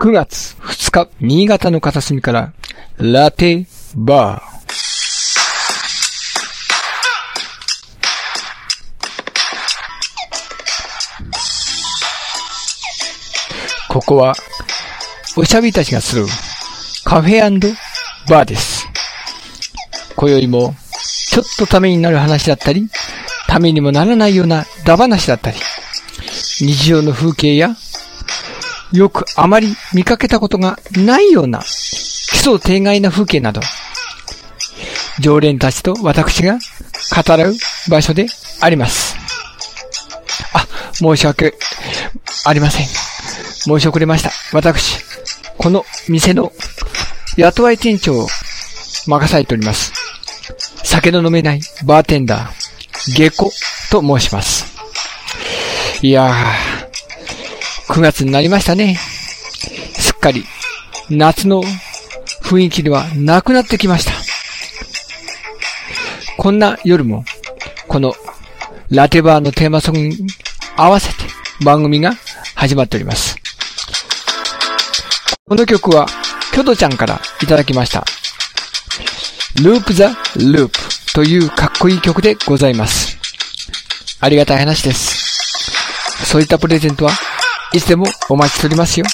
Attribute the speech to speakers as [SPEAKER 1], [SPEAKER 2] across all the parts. [SPEAKER 1] 9月2日、新潟の片隅から、ラテバー。ここは、おしゃべりたちがするカフェバーです。今宵も、ちょっとためになる話だったり、ためにもならないようなダ話だったり、日常の風景や、よくあまり見かけたことがないような、奇想天外な風景など、常連たちと私が語らう場所であります。あ、申し訳ありません。申し遅れました。私、この店の雇われ店長を任されております。酒の飲めないバーテンダー、下戸と申します。いやー、9月になりましたね。すっかり夏の雰囲気ではなくなってきました。こんな夜も、このラテバーのテーマソングに合わせて番組が始まっております。この曲は、キョドちゃんからいただきました。ループザ・ループというかっこいい曲でございます。ありがたい話です。そういったプレゼントはいつでもお待ちしておりますよ。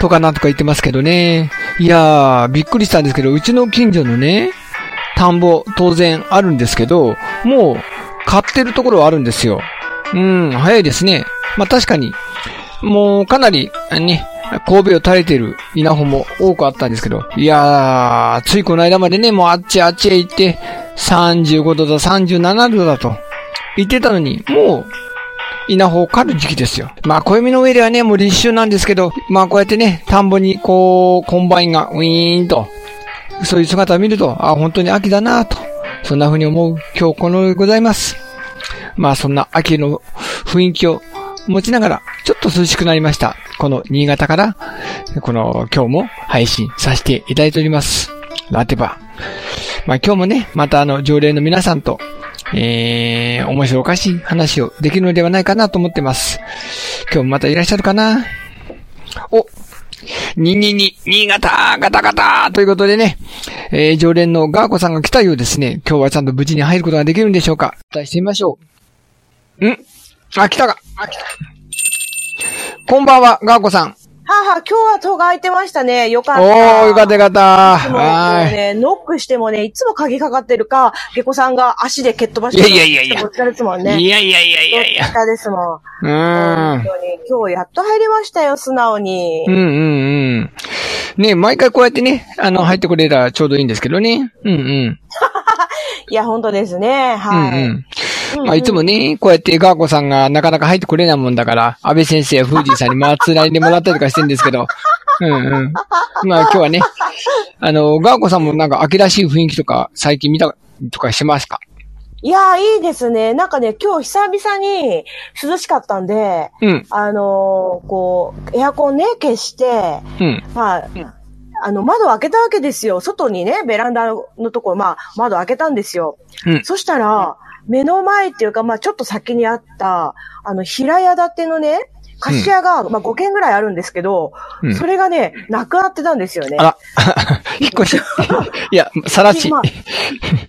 [SPEAKER 1] とかなんとか言ってますけどね。いやー、びっくりしたんですけど、うちの近所のね、田んぼ当然あるんですけど、もう買ってるところはあるんですよ。うん、早いですね。まあ確かに、もうかなり、ね、神戸を垂れてる稲穂も多くあったんですけど、いやー、ついこの間までね、もうあっちあっちへ行って、35度だ、37度だと言ってたのに、もう稲穂を狩る時期ですよ。まあ、暦の上ではね、もう立秋なんですけど、まあ、こうやってね、田んぼに、こう、コンバインが、ウィーンと、そういう姿を見ると、あ、本当に秋だなぁと、そんな風に思う今日この頃でございます。まあ、そんな秋の雰囲気を持ちながら、ちょっと涼しくなりました。この新潟から、この今日も配信させていただいております。ラテバ。まあ、今日もね、またあの、常連の皆さんと、えー、面白おかしい話をできるのではないかなと思ってます。今日もまたいらっしゃるかなお222、新潟、ガタガタということでね、えー、常連のガーコさんが来たようですね。今日はちゃんと無事に入ることができるんでしょうか期待してみましょう。んあ、来たかあ、来た。こんばんは、ガーコさん。
[SPEAKER 2] はあ、はあ、今日は戸が開いてましたね。よか
[SPEAKER 1] お
[SPEAKER 2] った。
[SPEAKER 1] ー、よかったよかった。
[SPEAKER 2] でもも
[SPEAKER 1] は
[SPEAKER 2] う
[SPEAKER 1] ーい。
[SPEAKER 2] ね、ノックしてもね、いつも鍵かかってるか、下戸さんが足で蹴っ飛ばして
[SPEAKER 1] いやいやいやいや
[SPEAKER 2] こっちですもんね。
[SPEAKER 1] いやいやいやいやい
[SPEAKER 2] どっち
[SPEAKER 1] や。
[SPEAKER 2] かですもん。
[SPEAKER 1] うーん
[SPEAKER 2] 本。当に。今日やっと入れましたよ、素直に。
[SPEAKER 1] うんうんうん。ねえ毎回こうやってね、あの、入ってくれたらちょうどいいんですけどね。うんうん。
[SPEAKER 2] いや、本当ですね。は
[SPEAKER 1] う
[SPEAKER 2] い。
[SPEAKER 1] んうん。まあ、いつもね、こうやってガーコさんがなかなか入ってくれないもんだから、安倍先生やフージーさんに祭られてもらったりとかしてるんですけど。うんうん。まあ今日はね、あの、ガーコさんもなんか秋らしい雰囲気とか最近見たとかしてますか
[SPEAKER 2] いや、いいですね。なんかね、今日久々に涼しかったんで、
[SPEAKER 1] うん。
[SPEAKER 2] あのーこう、エアコンね、消して、
[SPEAKER 1] うん。
[SPEAKER 2] まあ、あの、窓開けたわけですよ。外にね、ベランダのところ、まあ、窓開けたんですよ。
[SPEAKER 1] うん
[SPEAKER 2] そしたら、目の前っていうか、まあ、ちょっと先にあった、あの、平屋建てのね、貸し屋が、まあ、5軒ぐらいあるんですけど、
[SPEAKER 1] うん
[SPEAKER 2] それがね、なくなってたんですよね
[SPEAKER 1] あ。ら、 引っ越し。いや、さらち。
[SPEAKER 2] まあ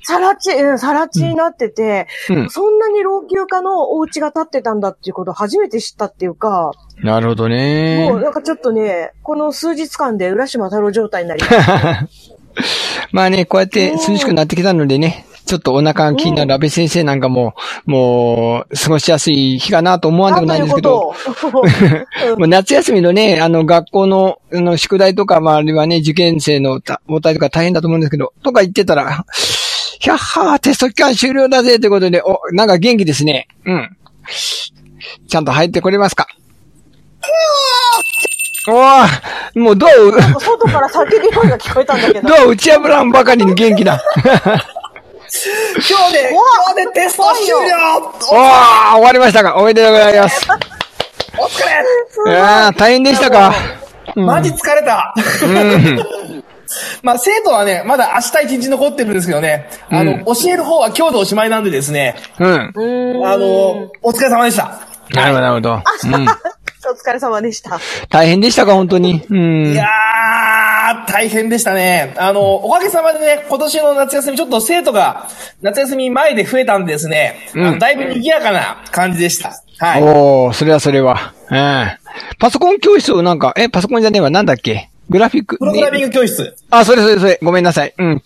[SPEAKER 2] さらち、うん、さらちになってて、
[SPEAKER 1] うん。
[SPEAKER 2] そんなに老朽化のお家が建ってたんだっていうことを初めて知ったっていうか、
[SPEAKER 1] なるほどね
[SPEAKER 2] もう。なんかちょっとね、この数日間で浦島太郎状態になりました。
[SPEAKER 1] まあね、こうやって涼しくなってきたのでね、ちょっとお腹が気になる安倍先生なんかも、もう、過ごしやすい日かなと思わんでもないんですけど、
[SPEAKER 2] あということを うん
[SPEAKER 1] もう夏休みのね、あの、学校の、あの、宿題とか、まあ、あるいはね、受験生のた応対とか大変だと思うんですけど、とか言ってたら、ひゃっはー、テスト期間終了だぜってことで、お、なんか元気ですね。うん。ちゃんと入ってこれますかおーもうどう、
[SPEAKER 2] なんか外から叫び声が聞こえたんだけど。
[SPEAKER 1] どう打ち破らんばかりに元気だ。
[SPEAKER 3] 今日で、今日でテスト終了
[SPEAKER 1] おー、終わりましたかおめでとうござい ます。
[SPEAKER 3] お疲れ、
[SPEAKER 1] いやー、大変でしたか。
[SPEAKER 3] マジ疲れた、
[SPEAKER 1] う
[SPEAKER 3] まあ生徒はね、まだ明日一日残ってるんですけどね、あの、
[SPEAKER 1] うん
[SPEAKER 3] 教える方は今日でおしまいなんでですね、
[SPEAKER 1] ん。うん。
[SPEAKER 2] うーん
[SPEAKER 3] あの、お疲れ様でした。
[SPEAKER 1] なるほど、なるほど。うん。
[SPEAKER 2] お疲れ様でした。
[SPEAKER 1] 大変でしたか、本当に。うん。
[SPEAKER 3] いやー、大変でしたね。あの、おかげさまでね、今年の夏休み、ちょっと生徒が夏休み前で増えたんでですね、あのだいぶ賑やかな感じでした。はい。
[SPEAKER 1] おー、それはそれは。うん。パソコン教室をなんか、え、パソコンじゃねえわ、なんだっけグラフィック。
[SPEAKER 3] プログラミング教室。
[SPEAKER 1] あ、それそれそれ。ごめんなさい。うん。
[SPEAKER 3] はい。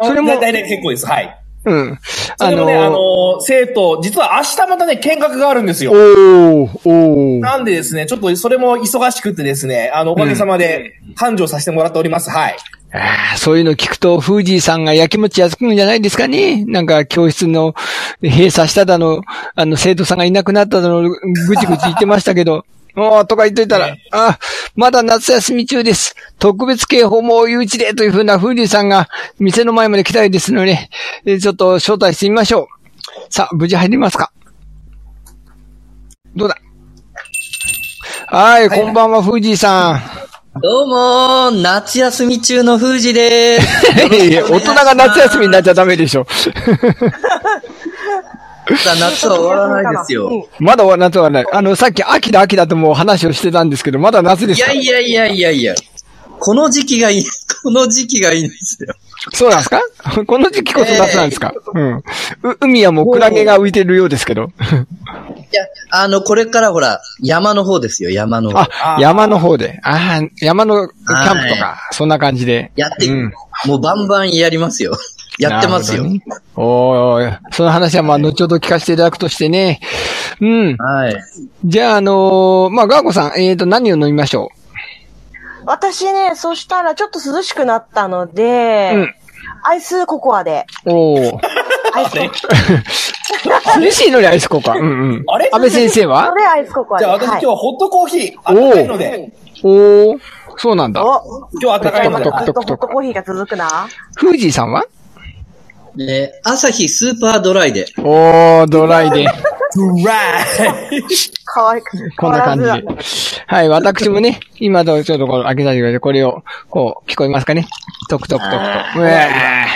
[SPEAKER 1] それも
[SPEAKER 3] だ大体結構です。はい。
[SPEAKER 1] うん。
[SPEAKER 3] それもね、あの生徒、実は明日またね、見学があるんですよ。
[SPEAKER 1] おー、おー。
[SPEAKER 3] なんでですね、ちょっとそれも忙しくてですね、あの、おかげさまで繁盛させてもらっております。はい。
[SPEAKER 1] あーそういうの聞くと、フージーさんがやきもちやつくんじゃないですかねなんか、教室の閉鎖しただの、あの、生徒さんがいなくなっただの、ぐちぐち言ってましたけど、 おーとか言っといたら、あ、まだ夏休み中です。特別警報も誘致でというふうなフージーさんが店の前まで来たいですので、えちょっと招待してみましょう。さあ、無事入りますかどうだはい、こんばんは、フージーさん。
[SPEAKER 4] どうもー、夏休み中の富士でーす。
[SPEAKER 1] いやいや大人が夏休みになっちゃダメでしょ。
[SPEAKER 4] まだ夏は終わらないですよ。
[SPEAKER 2] うん
[SPEAKER 1] まだ夏はない。あの、さっき秋だ秋だともう話をしてたんですけど、まだ夏で
[SPEAKER 4] い
[SPEAKER 1] すか
[SPEAKER 4] やいやいやいやいや。この時期がいい、この時期がいいんですよ。
[SPEAKER 1] そうなんですかこの時期こそ夏なんですか、うんう。海はもうクラゲが浮いてるようですけど。
[SPEAKER 4] いや、あの、これからほら、山の方ですよ、山の方。
[SPEAKER 1] あ
[SPEAKER 3] あ、ー
[SPEAKER 1] 山の方で。ああ、山のキャンプとか、そんな感じで。
[SPEAKER 4] やって、
[SPEAKER 1] うん
[SPEAKER 4] もうバンバンやりますよ。やってますよ。
[SPEAKER 1] なるほどねおーその話はまあ後ほど聞かせていただくとしてね。うん。
[SPEAKER 4] はい。
[SPEAKER 1] じゃあ、あのーまあ、ガーコさん、えっ、と、何を飲みましょ
[SPEAKER 2] 私ね、そしたらちょっと涼しくなったので、
[SPEAKER 1] うん
[SPEAKER 2] アイスココアで。
[SPEAKER 1] うおお。
[SPEAKER 2] アイスココ
[SPEAKER 1] 涼しいのにアイスコーカ。うんうん。
[SPEAKER 3] あれ
[SPEAKER 1] 安倍先生
[SPEAKER 2] ア。
[SPEAKER 1] は
[SPEAKER 2] それアイスココア
[SPEAKER 3] じ
[SPEAKER 2] で。
[SPEAKER 3] ゃあ私今日
[SPEAKER 2] はい、
[SPEAKER 3] はホットコーヒー、あったかいので、
[SPEAKER 1] おお、そうなんだ。
[SPEAKER 2] お
[SPEAKER 3] 今日あったかいので、
[SPEAKER 1] ト
[SPEAKER 2] ず
[SPEAKER 1] ク
[SPEAKER 2] っ
[SPEAKER 1] ト
[SPEAKER 2] と
[SPEAKER 1] ク
[SPEAKER 2] ホ
[SPEAKER 1] ト
[SPEAKER 2] ット
[SPEAKER 1] ク
[SPEAKER 2] コーヒーが続くな。
[SPEAKER 1] フージーさんは
[SPEAKER 4] えー朝日スーパードライで。
[SPEAKER 1] おー、ドライで。
[SPEAKER 3] ドライ
[SPEAKER 2] かわいく。
[SPEAKER 1] こんな感じ
[SPEAKER 2] 変わらず
[SPEAKER 1] で。はい、私もね、今のちょっとこの開けたりで、これを、こう、聞こえますかね。トクトクトクと。うわ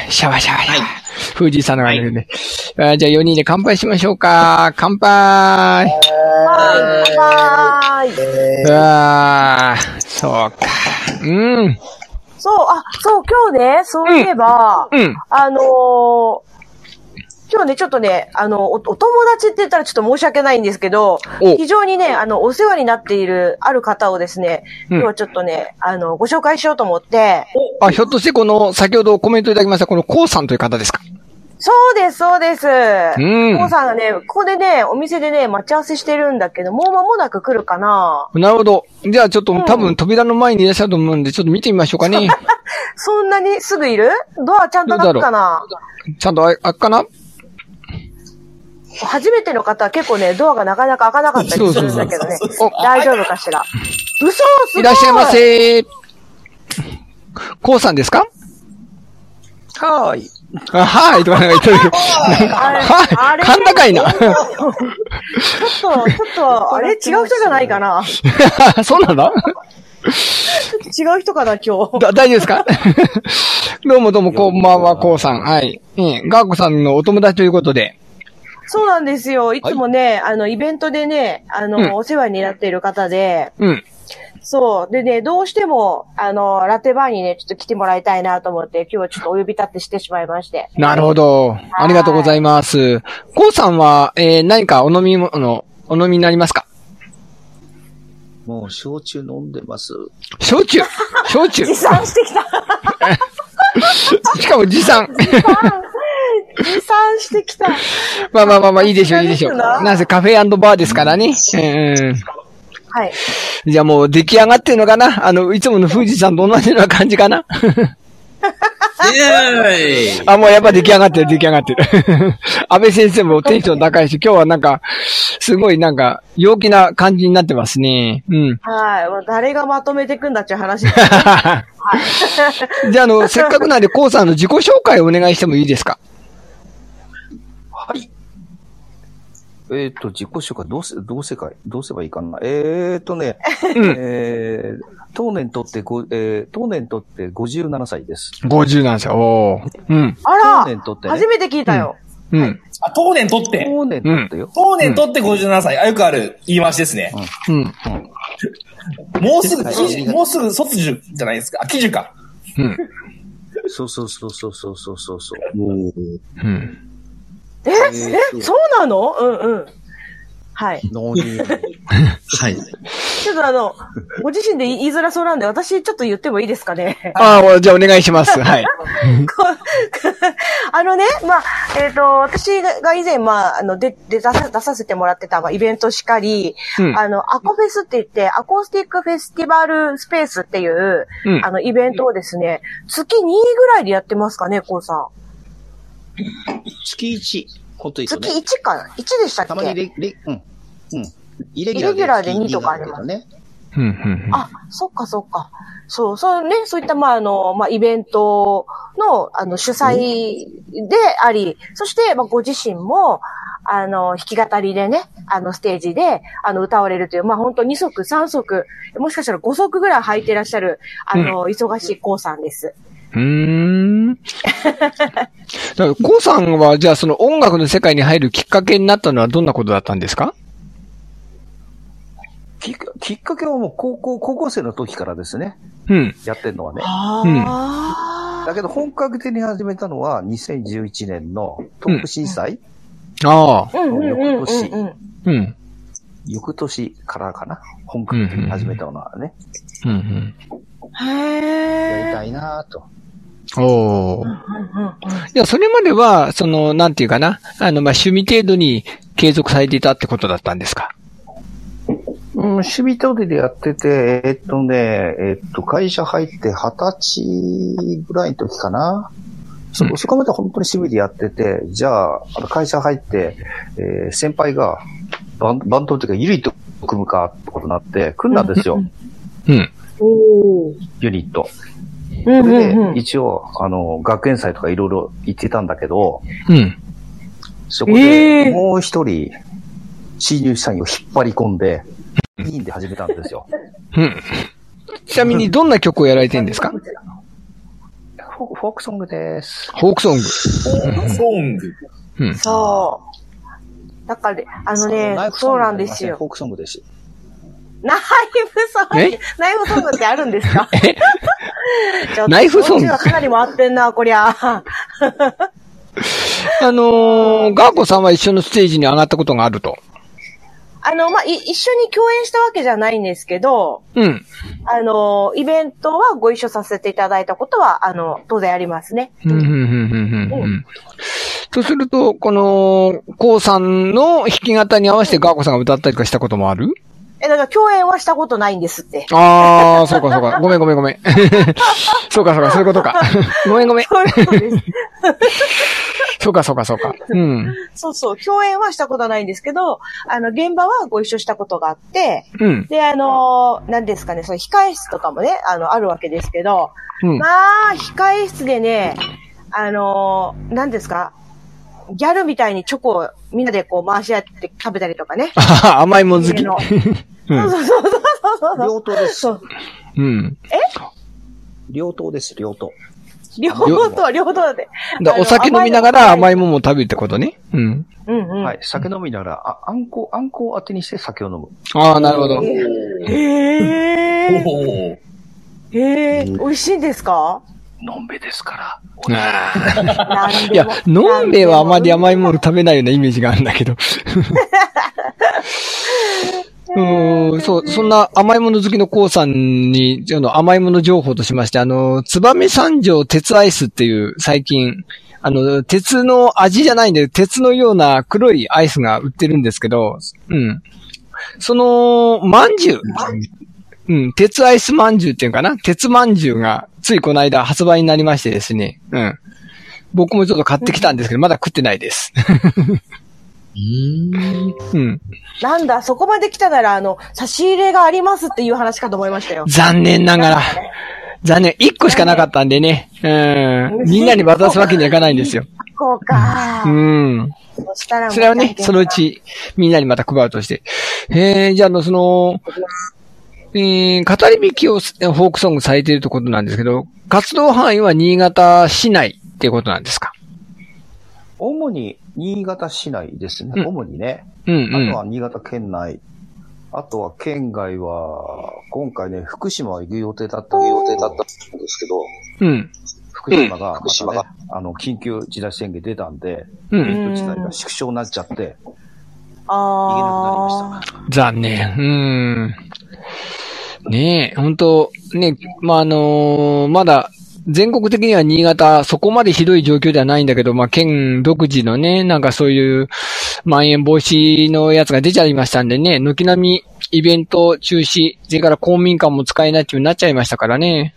[SPEAKER 1] ーシャワーシャワーシャワー。フージーさんのがあるんで。あーじゃあ4人で乾杯しましょうか。乾杯。
[SPEAKER 2] はい、バイバイ。
[SPEAKER 1] うわーそうか。うん。
[SPEAKER 2] そう、あ、そう、今日ね、そういえば、
[SPEAKER 1] うんうん
[SPEAKER 2] あのー今日ね、ちょっとね、あの、お、お友達って言ったらちょっと申し訳ないんですけど
[SPEAKER 1] お、
[SPEAKER 2] 非常にね、あの、お世話になっているある方をですね、
[SPEAKER 1] うん
[SPEAKER 2] 今日はちょっとね、あの、ご紹介しようと思って、
[SPEAKER 1] あ、ひょっとしてこの、先ほどコメントいただきました、このコウさんという方ですか。
[SPEAKER 2] そうです、そうです。
[SPEAKER 1] ん
[SPEAKER 2] コウさんがね、ここでね、お店でね、待ち合わせしてるんだけど、もう間もなく来るかな。
[SPEAKER 1] なるほど。じゃあちょっと多分扉の前にいらっしゃると思うんで、ちょっと見てみましょうかね。
[SPEAKER 2] そんなにすぐいるドアちゃんと開くかな
[SPEAKER 1] ちゃんとあ開くかな
[SPEAKER 2] 初めての方は結構ね、ドアがなかなか開かなかったりするんだけどね
[SPEAKER 3] そうそうそう
[SPEAKER 1] そう。
[SPEAKER 2] お 大丈夫かしら。嘘すごい
[SPEAKER 1] いらっしゃいま。せ。こうさんですか
[SPEAKER 4] はーい。
[SPEAKER 1] あはい、とかなんか言ってる。
[SPEAKER 2] あれあ
[SPEAKER 1] はい、
[SPEAKER 2] れ
[SPEAKER 1] 甲高いな。
[SPEAKER 2] ちょっと、ちょっと、あれ違う人じゃない かな。
[SPEAKER 1] そうなんだ
[SPEAKER 2] 違う人かな、今日。
[SPEAKER 1] だ大丈夫ですか どうもどうも、こんばんは、こうさん。はい。ええ、ガーコさんのお友達ということで。
[SPEAKER 2] そうなんですよ。いつもね、あの、イベントでね、あの、
[SPEAKER 1] うん
[SPEAKER 2] お世話になっている方で、
[SPEAKER 1] うん。
[SPEAKER 2] そう。でね、どうしても、あの、ラテバーにね、ちょっと来てもらいたいなと思って、今日はちょっとお呼び立てしてしまいまして。
[SPEAKER 1] なるほど。ありがとうございます。こうさんは、えー、何かお飲み物、お飲みになりますか
[SPEAKER 4] もう、焼酎飲んでます。
[SPEAKER 1] 焼酎焼酎
[SPEAKER 2] 持参してきた
[SPEAKER 1] しかも持参。
[SPEAKER 2] 持参してきた
[SPEAKER 1] まあまあまあまあ、いいでしょう、いいでしょう。
[SPEAKER 2] そうですな
[SPEAKER 1] なんせカフェバーですからね。うん
[SPEAKER 2] は
[SPEAKER 1] う
[SPEAKER 2] い。
[SPEAKER 1] ん。じゃあもう出来上がってるのかなあの、いつもの富士山と同じような感じかな
[SPEAKER 4] イェーイ
[SPEAKER 1] あ、もうやっぱ出来上がってる、出来上がってる。 安倍先生もテンション高いし、今日はなんか、すごいなんか、陽気な感じになってますね。うん。
[SPEAKER 2] はい。もう誰がまとめてくんだっていう 話。
[SPEAKER 1] じゃあ、あの、せっかくなんで、コウさんの自己紹介をお願いしてもいいですか
[SPEAKER 5] はい。えっ、と、自己紹介、どうせ、どうせかい、どうせばいいかな。えっ、とね、えー、当年とってご、えー、当年とって57歳です。
[SPEAKER 1] ?50 なんですよ。おーうん。
[SPEAKER 2] あ
[SPEAKER 5] 去年
[SPEAKER 2] ら、
[SPEAKER 5] 撮ってね
[SPEAKER 2] 初めて聞いたよ。
[SPEAKER 1] うん。
[SPEAKER 3] あ、当年取って。
[SPEAKER 5] 当年取ってよ。
[SPEAKER 3] 当年取って57歳。あ、よくある言い回しですね。
[SPEAKER 1] うん。
[SPEAKER 3] もうすぐ、
[SPEAKER 5] はい
[SPEAKER 3] 喜寿もうすぐ卒寿じゃないですか。あ、喜寿か。
[SPEAKER 1] うん。
[SPEAKER 5] そうそうそうそうそうそうそうそう。
[SPEAKER 1] うん。
[SPEAKER 2] え、え、そうなのうんうん。はい。
[SPEAKER 4] はい。
[SPEAKER 2] ちょっとあの、ご自身で言いづらそうなんで、私ちょっと言ってもいいですかね。
[SPEAKER 1] ああ、じゃあお願いし ます。はい。
[SPEAKER 2] こうあのね、まあ、えっ、と、私が以前、まあ、あの、で、で出さ、出させてもらってた、まあ、イベントしかり、
[SPEAKER 1] うん
[SPEAKER 2] あの、アコフェスって言って、アコースティックフェスティバルスペースっていう、
[SPEAKER 1] うん
[SPEAKER 2] あの、イベントをですね、月2ぐらいでやってますかね、こうさん。
[SPEAKER 6] 月一、本当にそう
[SPEAKER 2] 月
[SPEAKER 6] ね。
[SPEAKER 2] 1かな ?1 でしたった
[SPEAKER 6] まに
[SPEAKER 2] け
[SPEAKER 6] レ、レ、うん。うん。イレ
[SPEAKER 2] イレギュラーで二とかあり
[SPEAKER 6] る
[SPEAKER 2] ます
[SPEAKER 6] ね。
[SPEAKER 1] うん。うん。
[SPEAKER 2] あ、そっかそっか。そう、そうね、そういった、まあ、あの、まあ、イベントの、あの、主催であり、そして、まあ、ご自身も、あの、弾き語りでね、あの、ステージで、あの、歌われるという、まあ、本当2足、3足、もしかしたら5足ぐらい履いてらっしゃる、あの、忙しいコウさんです。
[SPEAKER 1] う ーん。だから、コウさんは、じゃあその音楽の世界に入るきっかけになったのはどんなことだったんですか
[SPEAKER 5] きっかきっかけはもう高校、高校生の時からですね。
[SPEAKER 1] うん。
[SPEAKER 5] やってんのはね。
[SPEAKER 2] あ
[SPEAKER 5] だけど本格的に始めたのは2011年のトップ震災、
[SPEAKER 1] ああ。
[SPEAKER 2] あ。うんうんうんうん、うん。
[SPEAKER 1] うん。
[SPEAKER 5] 翌年からかな。本格的に始めたのはね。
[SPEAKER 1] うん、うん。
[SPEAKER 6] やり
[SPEAKER 2] へー
[SPEAKER 6] たいなぁと。
[SPEAKER 1] おお。
[SPEAKER 2] うんうんうん
[SPEAKER 1] いや、それまでは、その、なんていうかな。あの、まあ、趣味程度に継続されていたってことだったんですか
[SPEAKER 5] うん、趣味通りでやってて、えっとね、えっと、会社入って20歳ぐらいの時かな。そ、
[SPEAKER 1] うん
[SPEAKER 5] そこまで本当に趣味でやってて、じゃあ、あの会社入って、えー先輩がバン、バンドっていうか、ゆりと組むかってことになって、組んだんですよ、
[SPEAKER 1] うん。
[SPEAKER 2] おー
[SPEAKER 5] ユニット。
[SPEAKER 2] うん
[SPEAKER 5] そうれ
[SPEAKER 2] んうん
[SPEAKER 5] で、一応、あの、学園祭とかいろいろ行ってたんだけど、
[SPEAKER 1] うん。
[SPEAKER 5] そこ
[SPEAKER 2] え
[SPEAKER 5] で
[SPEAKER 2] ー
[SPEAKER 5] もう一人、新入社員を引っ張り込んで、委員で始めたんですよ。
[SPEAKER 1] うん。ちなみに、どんな曲をやられてるんですか
[SPEAKER 5] フォーフォークソングです。
[SPEAKER 1] フォークソング。
[SPEAKER 3] ソング。
[SPEAKER 1] うん。
[SPEAKER 2] そう。だからね、あのね
[SPEAKER 6] ナイ、フソン
[SPEAKER 2] そ
[SPEAKER 6] グ
[SPEAKER 2] うなんですよ
[SPEAKER 6] フォ。ークソングです。
[SPEAKER 2] ナイフソン
[SPEAKER 1] え
[SPEAKER 2] グ、ナイフソングってあるんで すか ちょっと
[SPEAKER 1] ナイフソング
[SPEAKER 2] こっちがかなり回ってんな、こりゃ。
[SPEAKER 1] あのー、ガーコさんは一緒のステージに上がったことがあると。
[SPEAKER 2] あの、まあ、い一緒に共演したわけじゃないんですけど、
[SPEAKER 1] うん。
[SPEAKER 2] あの、イベントはご一緒させていただいたことは、あの、当然ありますね。
[SPEAKER 1] うんうんうんうんうんうんとすると、この、コウさんの弾き方に合わせてガーコさんが歌ったりとかしたこともある
[SPEAKER 2] え、だから共演はしたことないんですって。
[SPEAKER 1] ああ、 そうかそうか。ごめんごめんご めん。そうかそうか、そういうことか。 ごめんごめん。
[SPEAKER 2] そういうことです。
[SPEAKER 1] そうかそうかそうか。うん。
[SPEAKER 2] そうそう、共演はしたことはないんですけど、あの、現場はご一緒したことがあって、
[SPEAKER 1] うん。
[SPEAKER 2] で、あのー、何ですかね、その控え室とかもね、あの、あるわけですけど、
[SPEAKER 1] うん
[SPEAKER 2] ま。あ、控え室でね、あのー、何ですか、ギャルみたいにチョコをみんなでこう回し合って食べたりとかね。
[SPEAKER 1] 甘いもん好
[SPEAKER 2] 家
[SPEAKER 1] き。 う
[SPEAKER 2] の
[SPEAKER 1] ん。
[SPEAKER 2] そうそうそうそうそう。
[SPEAKER 6] 両党です。
[SPEAKER 2] そう
[SPEAKER 1] うん。
[SPEAKER 6] 両党です、両党。
[SPEAKER 2] 両方とは両方だって。
[SPEAKER 1] だ
[SPEAKER 2] あ
[SPEAKER 1] から
[SPEAKER 2] の
[SPEAKER 1] お酒飲みながら甘
[SPEAKER 2] い。
[SPEAKER 1] いもんも食べるってことね。うん。
[SPEAKER 2] うんうん。
[SPEAKER 5] はい。酒飲みながら、あ、あんこ、あんこを当てにして酒を飲む。
[SPEAKER 1] ああ、なるほど。
[SPEAKER 2] へえ。
[SPEAKER 3] おー
[SPEAKER 2] へえ。美味しいんですか
[SPEAKER 5] のんべですから。
[SPEAKER 2] なん
[SPEAKER 1] い
[SPEAKER 2] で
[SPEAKER 1] や
[SPEAKER 2] も。、
[SPEAKER 1] 飲んべはあまり甘いもの
[SPEAKER 2] の。
[SPEAKER 1] 食べないようなイメージがあるんだけ ど。うーん、そう、そんな甘いもの好きのコウさんに、あの、甘いもの情報としまして、あの、つばめ三条鉄アイスっていう最近、あの、鉄の味じゃないんで、鉄のような黒いアイスが売ってるんですけど、うん。その、まんじゅう。うん、鉄アイスまんじゅうっていうのかな鉄まんじゅうが、ついこの間発売になりましてですね。うん。僕もちょっと買ってきたんですけど、まだ食ってないです。うん。
[SPEAKER 2] なんだ、そこまで来たなら、あの、差し入れがありますっていう話かと思いましたよ。
[SPEAKER 1] 残念ながら。残念。一個しかなかったんでね。うん。みんなに渡すわけにはいかないんですよ。
[SPEAKER 2] こうか
[SPEAKER 1] う。ん。
[SPEAKER 2] そしたらもう
[SPEAKER 1] それはね、そのう。ち、みんなにまた配るとして。へえ、じゃあ、あの、その、えー、語り引きをすフォークソングされているということなんですけど、活動範囲は新潟市内っていうことなんですか
[SPEAKER 5] 主に新潟市内ですね
[SPEAKER 1] う。ん
[SPEAKER 5] 主にね。
[SPEAKER 1] うん
[SPEAKER 5] あ
[SPEAKER 1] うん
[SPEAKER 5] とは新潟県内。あとは県外は、今回ね、福島は行く予定だったんで
[SPEAKER 6] 予定だったんですけど、
[SPEAKER 1] うん。
[SPEAKER 5] 福島が、ま
[SPEAKER 6] 福島
[SPEAKER 5] た
[SPEAKER 6] が
[SPEAKER 5] ね、あの、緊急事態宣言出たんで、
[SPEAKER 1] う
[SPEAKER 5] イ
[SPEAKER 1] ん。
[SPEAKER 5] ベント自体が縮小になっちゃって、
[SPEAKER 2] あ
[SPEAKER 5] 行けなくなりました。
[SPEAKER 1] 残念。うん。ねえ、本当ね、まあ、あのーまだ、全国的には新潟、そこまでひどい状況ではないんだけど、まあ、県独自のね、なんかそういう、まん延防止のやつが出ちゃいましたんでね、軒並みイベント中止、それから公民館も使えないっていう風になっちゃいましたからね。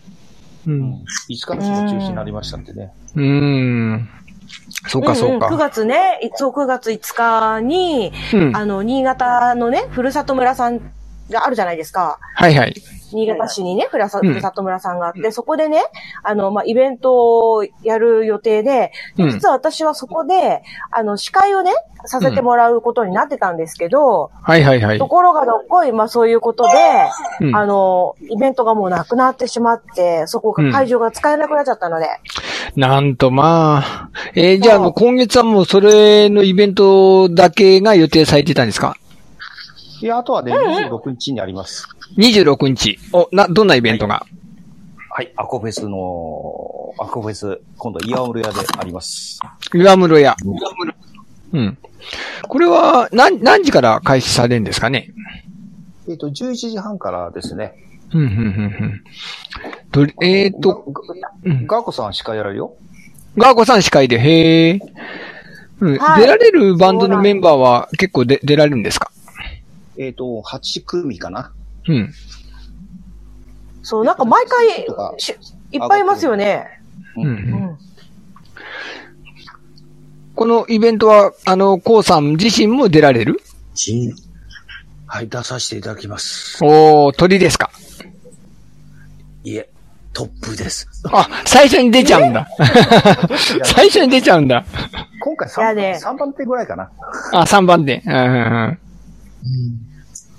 [SPEAKER 1] うん。
[SPEAKER 5] 5日の日も中止になりましたんでね。
[SPEAKER 1] うん。そう
[SPEAKER 2] あ。
[SPEAKER 1] か、そう
[SPEAKER 2] 9
[SPEAKER 1] か。
[SPEAKER 2] 月ね、いそう、9月5日に、
[SPEAKER 1] うん。
[SPEAKER 2] あの、新潟のね、ふるさと村さんがあるじゃないですか。
[SPEAKER 1] はいはい。
[SPEAKER 2] 新潟市にね、ふらさ、
[SPEAKER 1] うん
[SPEAKER 2] ふるさと村さんがあって、そこでね、あの、まあ、イベントをやる予定で、
[SPEAKER 1] うん
[SPEAKER 2] 実は私はそこで、あの、司会をね、させてもらうことになってたんですけど、
[SPEAKER 1] はいはいはい
[SPEAKER 2] と。ころがどっこい、まあ、そういうことで、
[SPEAKER 1] うん
[SPEAKER 2] あの、イベントがもうなくなってしまって、そこ
[SPEAKER 1] うん
[SPEAKER 2] が、会場が使えなくなっちゃったので、
[SPEAKER 1] なんとまあ。えーじゃあもう今月はもうそれのイベントだけが予定されてたんですか
[SPEAKER 5] いや、あとはね、26日にあります。
[SPEAKER 1] ?26 日。お、な、どんなイベントが、
[SPEAKER 5] はい、アコフェスの、アコフェス、今度岩室屋であります。
[SPEAKER 1] 岩室屋。うん。これは、何、何時から開始されるんですかね
[SPEAKER 5] えっ、と、11時半からですね。
[SPEAKER 1] うん、うん、うん、うん。と、えっ、と、うん
[SPEAKER 5] ガーコさんは司会やられるよ。
[SPEAKER 1] ガーコさん司会で、へえ。うん、
[SPEAKER 2] はい
[SPEAKER 1] 出られるバンドのメンバーは結構で出られるんですか
[SPEAKER 5] えっ、と、8組かな。
[SPEAKER 1] うん。
[SPEAKER 2] そう、なんか毎回
[SPEAKER 5] とか、
[SPEAKER 2] しいっぱいいますよね。
[SPEAKER 1] うん、う。
[SPEAKER 2] うんん。
[SPEAKER 1] このイベントは、あの、コウさん自身も出られる
[SPEAKER 4] ち
[SPEAKER 6] はい、出させていただきます。
[SPEAKER 1] おー、鳥ですか
[SPEAKER 6] いえ、トップです。
[SPEAKER 1] あ、最初に出ちゃうんだ。 最初に出ちゃうんだ。
[SPEAKER 5] 今回
[SPEAKER 2] いや
[SPEAKER 5] 3,
[SPEAKER 2] ね
[SPEAKER 5] 三番手ぐらいかな。
[SPEAKER 1] あ、3番で。うんうん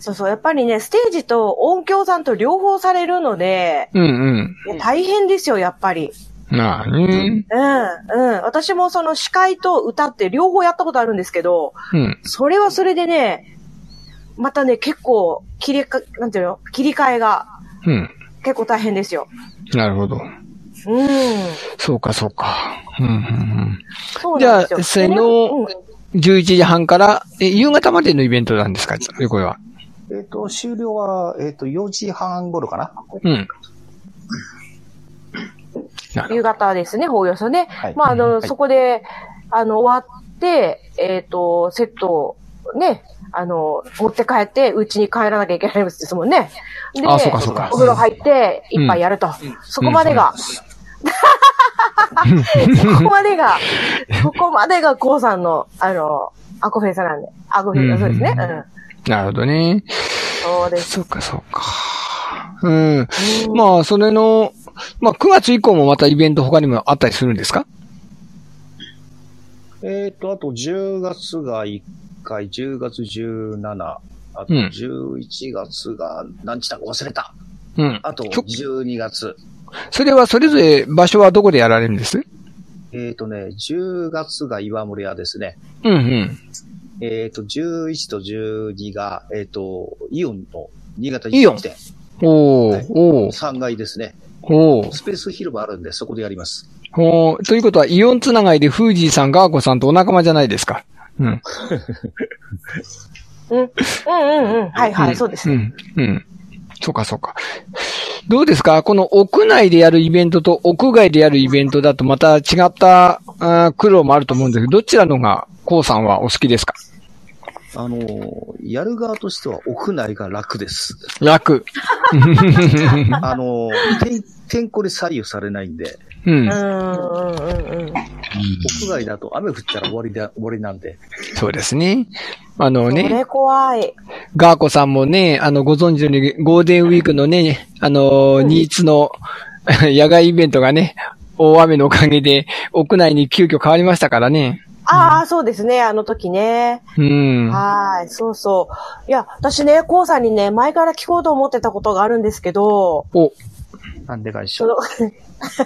[SPEAKER 2] そうそう、やっぱりね、ステージと音響さんと両方されるので、
[SPEAKER 1] うん。うん
[SPEAKER 2] いや大変ですよ、やっぱり。
[SPEAKER 1] うん。まあね。
[SPEAKER 2] うん、うん。私もその司会と歌って両方やったことあるんですけど、
[SPEAKER 1] うん。
[SPEAKER 2] それはそれでね、またね、結構、切りか、なんていうの切り替えが
[SPEAKER 1] うん。
[SPEAKER 2] 結構大変ですよ。
[SPEAKER 1] なるほど。
[SPEAKER 2] うん。
[SPEAKER 1] そうか、そうか。うんうん
[SPEAKER 2] そうなんです
[SPEAKER 1] じゃ
[SPEAKER 2] よ。
[SPEAKER 1] あせの
[SPEAKER 2] でね
[SPEAKER 1] うん、11時半から、え、夕方までのイベントなんですかこれは。
[SPEAKER 5] えっ、と、終了は、えっ、と、4時半頃かな。
[SPEAKER 1] うん。な
[SPEAKER 2] うん夕
[SPEAKER 1] る
[SPEAKER 2] 方ですね、おおよそね。
[SPEAKER 5] はい
[SPEAKER 2] まあ、あの、
[SPEAKER 5] はい
[SPEAKER 2] そこで、あの、終わって、えっ、と、セットをね、あの、持って帰って、うちに帰らなきゃいけないですもんね。で、
[SPEAKER 1] あそうかそうか
[SPEAKER 2] お風呂入って、一杯やると。そこまでが、 ここまでが、ここまでがコウさんの、あの、アコフェさなんで。アコフェ
[SPEAKER 1] うん
[SPEAKER 2] さそうですね。
[SPEAKER 1] う
[SPEAKER 2] うんん。
[SPEAKER 1] ほど。なるほどね。
[SPEAKER 2] そうです。
[SPEAKER 1] そうか、そうか。うん。まあ、それの、まあ、9月以降もまたイベント他にもあったりするんですか
[SPEAKER 5] えっ、と、あと10月が1回、10月17、あと
[SPEAKER 1] うん
[SPEAKER 5] 11月が何日だか忘れた。
[SPEAKER 1] うん。
[SPEAKER 5] あと
[SPEAKER 1] ちょ
[SPEAKER 5] 12月。
[SPEAKER 1] それはそれぞれ場所はどこでやられるんです
[SPEAKER 5] えっ、とね、10月が岩森屋ですね。
[SPEAKER 1] うんうん。
[SPEAKER 5] えっ、と、11と12が、えっ、と、イオンの新潟
[SPEAKER 1] イオン
[SPEAKER 5] 一店
[SPEAKER 1] おー、おー、
[SPEAKER 5] 3階ですね。
[SPEAKER 1] おー
[SPEAKER 5] スペース広場あるんで、そこでやります。
[SPEAKER 1] おーということは、イオンつながりで、フージーさん、ガーコさんとお仲間じゃないですか。うん。
[SPEAKER 2] うん。うんうんうん。はいは
[SPEAKER 1] うん
[SPEAKER 2] い、そうです
[SPEAKER 1] う
[SPEAKER 2] ね。
[SPEAKER 1] ん。うん。そうか、そうか。どうですかこの屋内でやるイベントと屋外でやるイベントだとまた違った、あー苦労もあると思うんですけど、どちらのが、コウさんはお好きですか
[SPEAKER 5] あのー、やる側としては屋内が楽です。
[SPEAKER 1] 楽。
[SPEAKER 5] あのー、天、天候で左右されないんで、
[SPEAKER 1] うん
[SPEAKER 2] う。んうんうんうん。
[SPEAKER 5] 屋外だと雨降ったら終わりだ、終わりなんで。
[SPEAKER 1] そうですね。あの
[SPEAKER 2] そ
[SPEAKER 1] ね。
[SPEAKER 2] れ怖い。
[SPEAKER 1] ガーコさんもね、あの、ご存知のように、ゴールデンウィークのね、あの、ニーツの 野外イベントがね、大雨のおかげで、屋内に急遽変わりましたからね。
[SPEAKER 2] ああ、そうですね、あの時ね。
[SPEAKER 1] うん。
[SPEAKER 2] はーい、そうそう。いや、私ね、コウさんにね、前から聞こうと思ってたことがあるんですけど、
[SPEAKER 1] お、
[SPEAKER 5] なんでか一
[SPEAKER 2] そ
[SPEAKER 5] 緒。
[SPEAKER 2] の、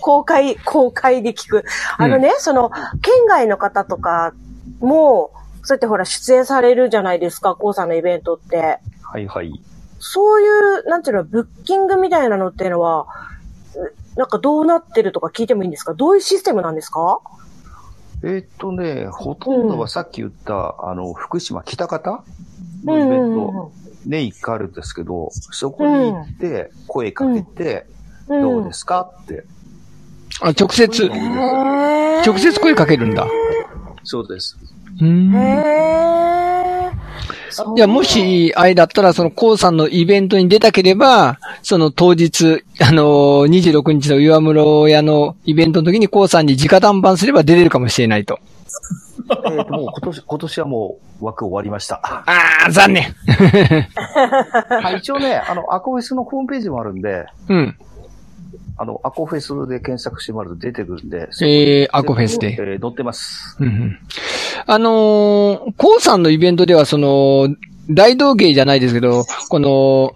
[SPEAKER 2] 公開、公開で聞く。あのね、その、県外の方とかも、そうやってほら、出演されるじゃないですか、コウさんのイベントって。
[SPEAKER 5] はいはい。
[SPEAKER 2] そういう、なんていうの、ブッキングみたいなのっていうのは、うなんかどうなってるとか聞いてもいいんですかどういうシステムなんですか
[SPEAKER 5] えーっとね、ほとんどはさっき言った、あの、福島北方
[SPEAKER 2] う
[SPEAKER 5] のイ
[SPEAKER 2] んう
[SPEAKER 5] ベ
[SPEAKER 2] ん
[SPEAKER 5] ン
[SPEAKER 2] う
[SPEAKER 5] ト、年一回あるんですけど、そこに行って、声かけて、
[SPEAKER 2] ん。
[SPEAKER 5] どうですかって。
[SPEAKER 1] あ、直接、
[SPEAKER 2] へー
[SPEAKER 1] 直接声かけるんだ。
[SPEAKER 5] そうです。
[SPEAKER 1] うん
[SPEAKER 2] へ
[SPEAKER 1] いや、もし、あれだったら、その、コウさんのイベントに出たければ、その当日、あのー、26日の岩室屋のイベントの時にコウさんに直談判すれば出れるかもしれないと。
[SPEAKER 5] えーっと、もう今年、今年はもう枠終わりま した。
[SPEAKER 1] あー、残念。
[SPEAKER 5] はい一応ね、あの、アコフェスのホームページもあるんで、
[SPEAKER 1] うん。
[SPEAKER 5] あの、アコフェスで検索してもらうと出てくるんで、
[SPEAKER 1] えー、アコフェスで。
[SPEAKER 5] えー載ってます。
[SPEAKER 1] うんうんあのー、コウさんのイベントでは、その、大道芸じゃないですけど、この、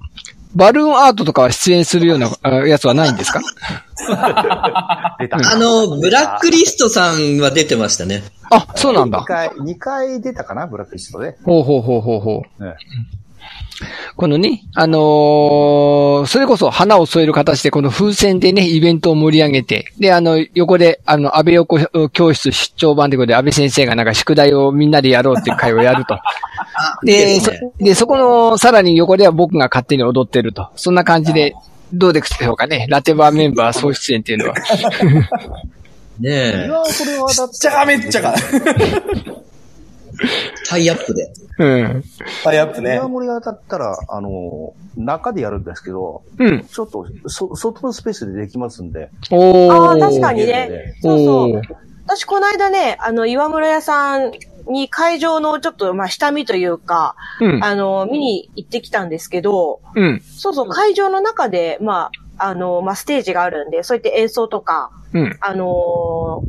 [SPEAKER 1] バルーンアートとかは出演するようなあやつはないんですか
[SPEAKER 5] 出た。
[SPEAKER 4] あの、ブラックリストさんは出てましたね。
[SPEAKER 1] あ、そうなんだ
[SPEAKER 5] 2。回、二回出たかな、ブラックリストで。
[SPEAKER 1] ほうほうほうほうほう。
[SPEAKER 5] ね
[SPEAKER 1] このね、あのーそれこそ花を添える形で、この風船でね、イベントを盛り上げて、で、あの、横で、あの、安倍横教室出張版ということで、安倍先生がなんか宿題をみんなでやろうっていう会をやると。
[SPEAKER 4] い
[SPEAKER 1] で、
[SPEAKER 4] いです
[SPEAKER 1] そ
[SPEAKER 4] ね
[SPEAKER 1] で、そこの、さらに横では僕が勝手に踊ってると。そんな感じで、どうでしょうかね。ラテバーメンバー総出演ってい うのは。
[SPEAKER 4] ねえ。
[SPEAKER 5] わこれはだっ
[SPEAKER 3] ちゃがめっちゃが。
[SPEAKER 4] タイアップで。
[SPEAKER 1] うん。
[SPEAKER 3] タイアップね
[SPEAKER 5] 岩。森屋だったら、あの、中でやるんですけど、
[SPEAKER 1] うん。
[SPEAKER 5] ちょっと、そ、外のスペースでできますんで。
[SPEAKER 1] おー。
[SPEAKER 2] あー確かに
[SPEAKER 5] いいね
[SPEAKER 2] ね。そう
[SPEAKER 1] お
[SPEAKER 2] そう
[SPEAKER 1] ー。
[SPEAKER 2] 私、この間ね、あの、岩村屋さんに会場のちょっと、まあ、下見というか、
[SPEAKER 1] うん。
[SPEAKER 2] あの、見に行ってきたんですけど、
[SPEAKER 1] うん。
[SPEAKER 2] そうそう、会場の中で、まあ、あの、まあ、ステージがあるんで、そういって演奏とか、
[SPEAKER 1] うん。
[SPEAKER 2] あの